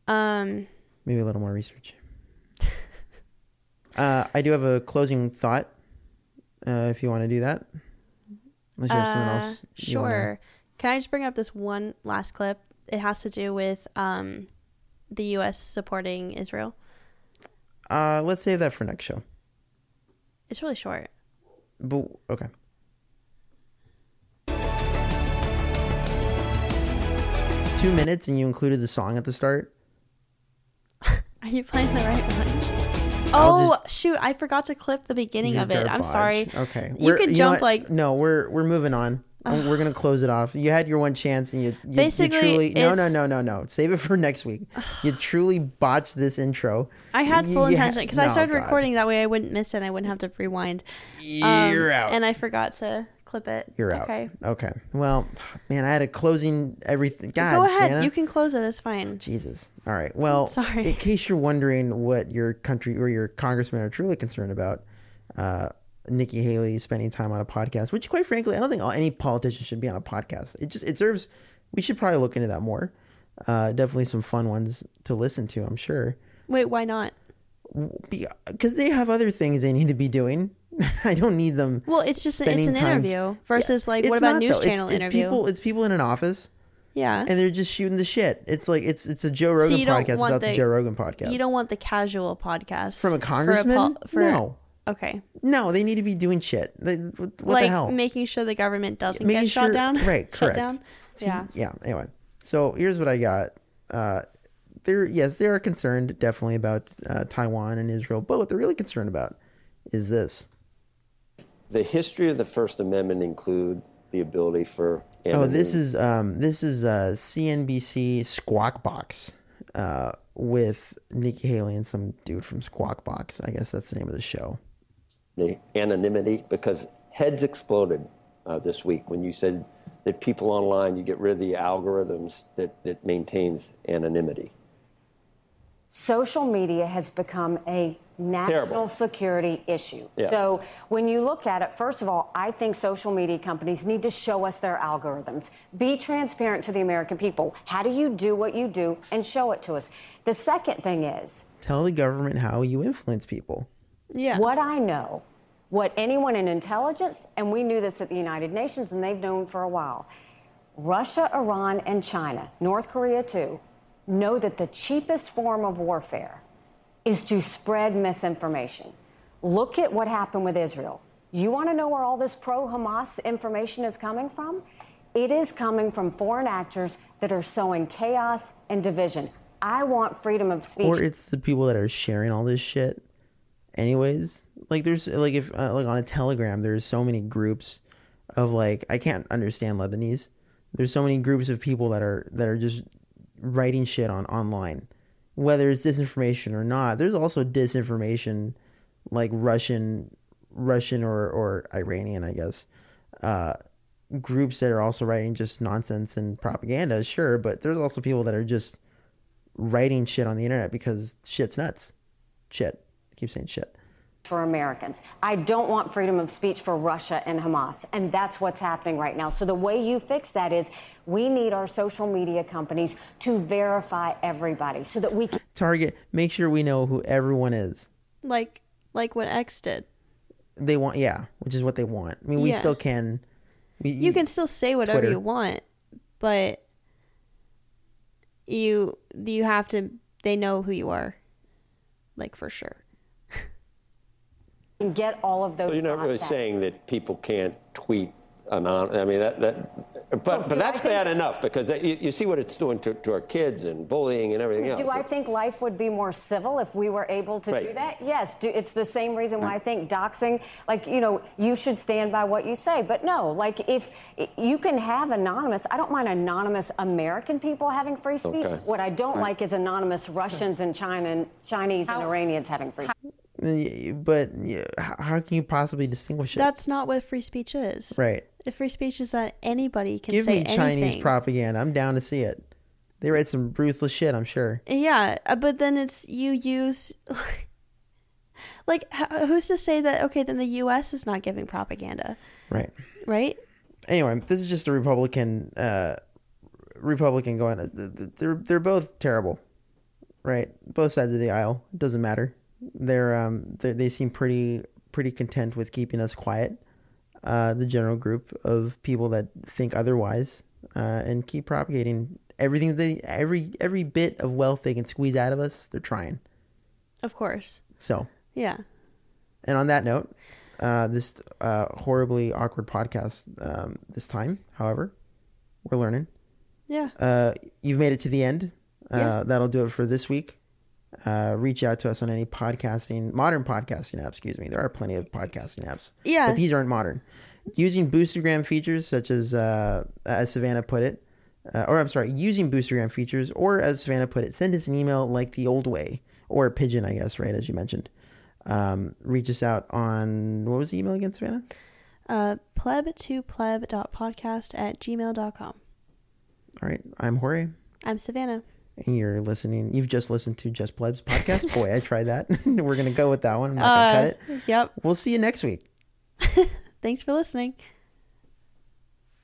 B: Um.
A: Maybe a little more research. uh, I do have a closing thought. Uh, if you want to do that, unless you have something
B: Uh,
A: else. you
B: Sure.
A: wanna-
B: Can I just bring up this one last clip? It has to do with um, the U.S. supporting Israel.
A: Uh, let's save that for next show.
B: It's really short.
A: But okay. Two minutes, and you included the song at the start.
B: Are you playing the right one?
A: I'll
B: Oh shoot! I forgot to clip the beginning
A: You're
B: of it. I'm
A: garbage.
B: sorry.
A: Okay,
B: You
A: We're-
B: could
A: know
B: jump
A: what?
B: like
A: no. We're we're moving on. Um, we're gonna close it off. You had your one chance, and you, you
B: Basically,
A: you truly no no
B: it's-
A: no no no. Save it for next week. you truly botched this intro.
B: I had
A: You-
B: full
A: you ha-
B: intention because I
A: no,
B: started
A: God.
B: recording that way I wouldn't miss it. and I wouldn't have to rewind. Um,
A: You're out.
B: And I forgot to clip it.
A: You're out.
B: Okay.
A: Okay. Okay. Well, man, I had a closing everything. God,
B: Go ahead.
A: Shanna.
B: You can close it. It's fine.
A: Jesus. All right. Well,
B: Sorry.
A: in case you're wondering what your country or your congressmen are truly concerned about, uh, Nikki Haley spending time on a podcast, which, quite frankly, I don't think all- any politician should be on a podcast. It just it serves. We should probably look into that more. Uh, definitely some fun ones to listen to. I'm sure
B: Wait, why not?
A: because they have other things they need to be doing. I don't need them.
B: Well, it's just it's
A: spending
B: an
A: time-
B: interview versus like what
A: It's
B: about
A: not,
B: news
A: though. It's-
B: channel
A: it's,
B: interview?
A: People, it's people in an office.
B: yeah.
A: And they're just shooting the shit. It's like it's it's a Joe
B: So
A: Rogan
B: you don't
A: podcast
B: want
A: without the,
B: the-
A: Joe Rogan podcast.
B: You don't want the casual podcast
A: From a
B: for
A: congressman?
B: pol- for-
A: No.
B: Okay.
A: No, they need to be doing shit. They, what what
B: like
A: the hell?
B: making sure the government doesn't
A: Making
B: get
A: sure-
B: shut down.
A: Right,
B: shut
A: correct.
B: down.
A: So,
B: Yeah.
A: Yeah. Anyway, so here's what I got. Uh, they're yes, they are concerned definitely about uh, Taiwan and Israel, but what they're really concerned about is this.
G: The history of the First Amendment include the ability for.
A: Oh, this is um, this is uh, CNBC Squawk Box uh, with Nikki Haley and some dude from Squawk Box. I guess that's the name of the show.
G: anonymity- anonymity because heads exploded uh, this week when you said that people online you get rid of the algorithms that, that maintains anonymity.
H: Social media has become a national
G: Terrible.
H: security issue.
G: Yeah.
H: So when you look at it, first of all, I think social media companies need to show us their algorithms. Be transparent to the American people. How do you do what you do and show it to us? The second thing is
A: Tell the government how you influence people.
H: what I know, what anyone in intelligence, and we knew this at the United Nations and they've known for a while Russia, Iran, and China, North Korea too, know that the cheapest form of warfare is to spread misinformation. Look at what happened with Israel. You want to know where all this pro Hamas information is coming from? It is coming from foreign actors that are sowing chaos and division. I want freedom of speech.
A: or it's the people that are sharing all this shit anyways like there's like if uh, like on a telegram there's so many groups of like i can't understand lebanese there's so many groups of people that are that are just writing shit on online whether it's disinformation or not there's also disinformation like russian russian or or iranian i guess uh groups that are also writing just nonsense and propaganda sure but there's also people that are just writing shit on the internet because shit's nuts. Shit. I keep saying shit.
H: for Americans. I don't want freedom of speech for Russia and Hamas. And that's what's happening right now. So the way you fix that is we need our social media companies to verify everybody so that we can.
A: Target, make sure we know who everyone is.
B: Like like what X did.
A: They want, yeah, which is what they want. I mean, we
B: Yeah.
A: still can. We,
B: You can still say whatever
A: Twitter.
B: you want, but you you have to they know who you are. Like for sure.
H: get all of those.
G: You're not really saying that people can't tweet anon. I mean that that, but but that's bad enough because that, you, you see what it's doing to, to our kids and bullying and everything else.
H: Do I think life would be more civil if we were able to do
G: Right.
H: that? Yes. Do, it's the same reason why I think doxing, like, you know, you should stand by what you say. But no, like, if i- you can have anonymous, I don't mind anonymous American people having free speech.
A: Okay.
H: What I don't
A: Right.
H: like is anonymous Russians and China, Chinese and Iranians having free speech.
A: But yeah, h- how can you possibly distinguish it?
B: That's not what free speech is.
A: right.
B: If free speech is that anybody can
A: Give
B: say
A: me Chinese
B: anything.
A: propaganda. I'm down to see it. They write some ruthless shit. I'm sure.
B: Yeah, uh, but then it's you use like h- who's to say that okay then the US is not giving propaganda,
A: Right.
B: right?
A: Anyway, this is just a Republican. Uh, Republican going. uh, th- th- They're they're both terrible. Right. Both sides of the aisle. It doesn't matter. They're um they they seem pretty pretty content with keeping us quiet. Uh, the general group of people that think otherwise, uh, and keep propagating everything they every every bit of wealth they can squeeze out of us. They're trying.
B: Of course.
A: So.
B: Yeah.
A: And on that note, uh, this uh, horribly awkward podcast um, this time, however, we're learning.
B: Yeah.
A: Uh, you've made it to the end. Uh,
B: Yeah.
A: That'll do it for this week. Uh, reach out to us on any podcasting, modern podcasting apps, excuse me. There are plenty of podcasting apps.
B: Yeah.
A: But these aren't modern. Using Boostergram features, such as, uh, as Savannah put it, uh, or I'm sorry, using Boostergram features, or as Savannah put it, send us an email like the old way, or a pigeon, I guess, right, as you mentioned. Um, reach us out on, what was the email again, Savannah?
B: Uh, pleb to pleb dot podcast at gmail.com.
A: All right, I'm Jorge.
B: I'm Savannah.
A: and you're listening, you've just listened to Just Plebs podcast. Boy, I tried that. We're going to go with that one. I'm not going to cut it.
B: Uh, Yep.
A: We'll see you next week.
B: Thanks for listening.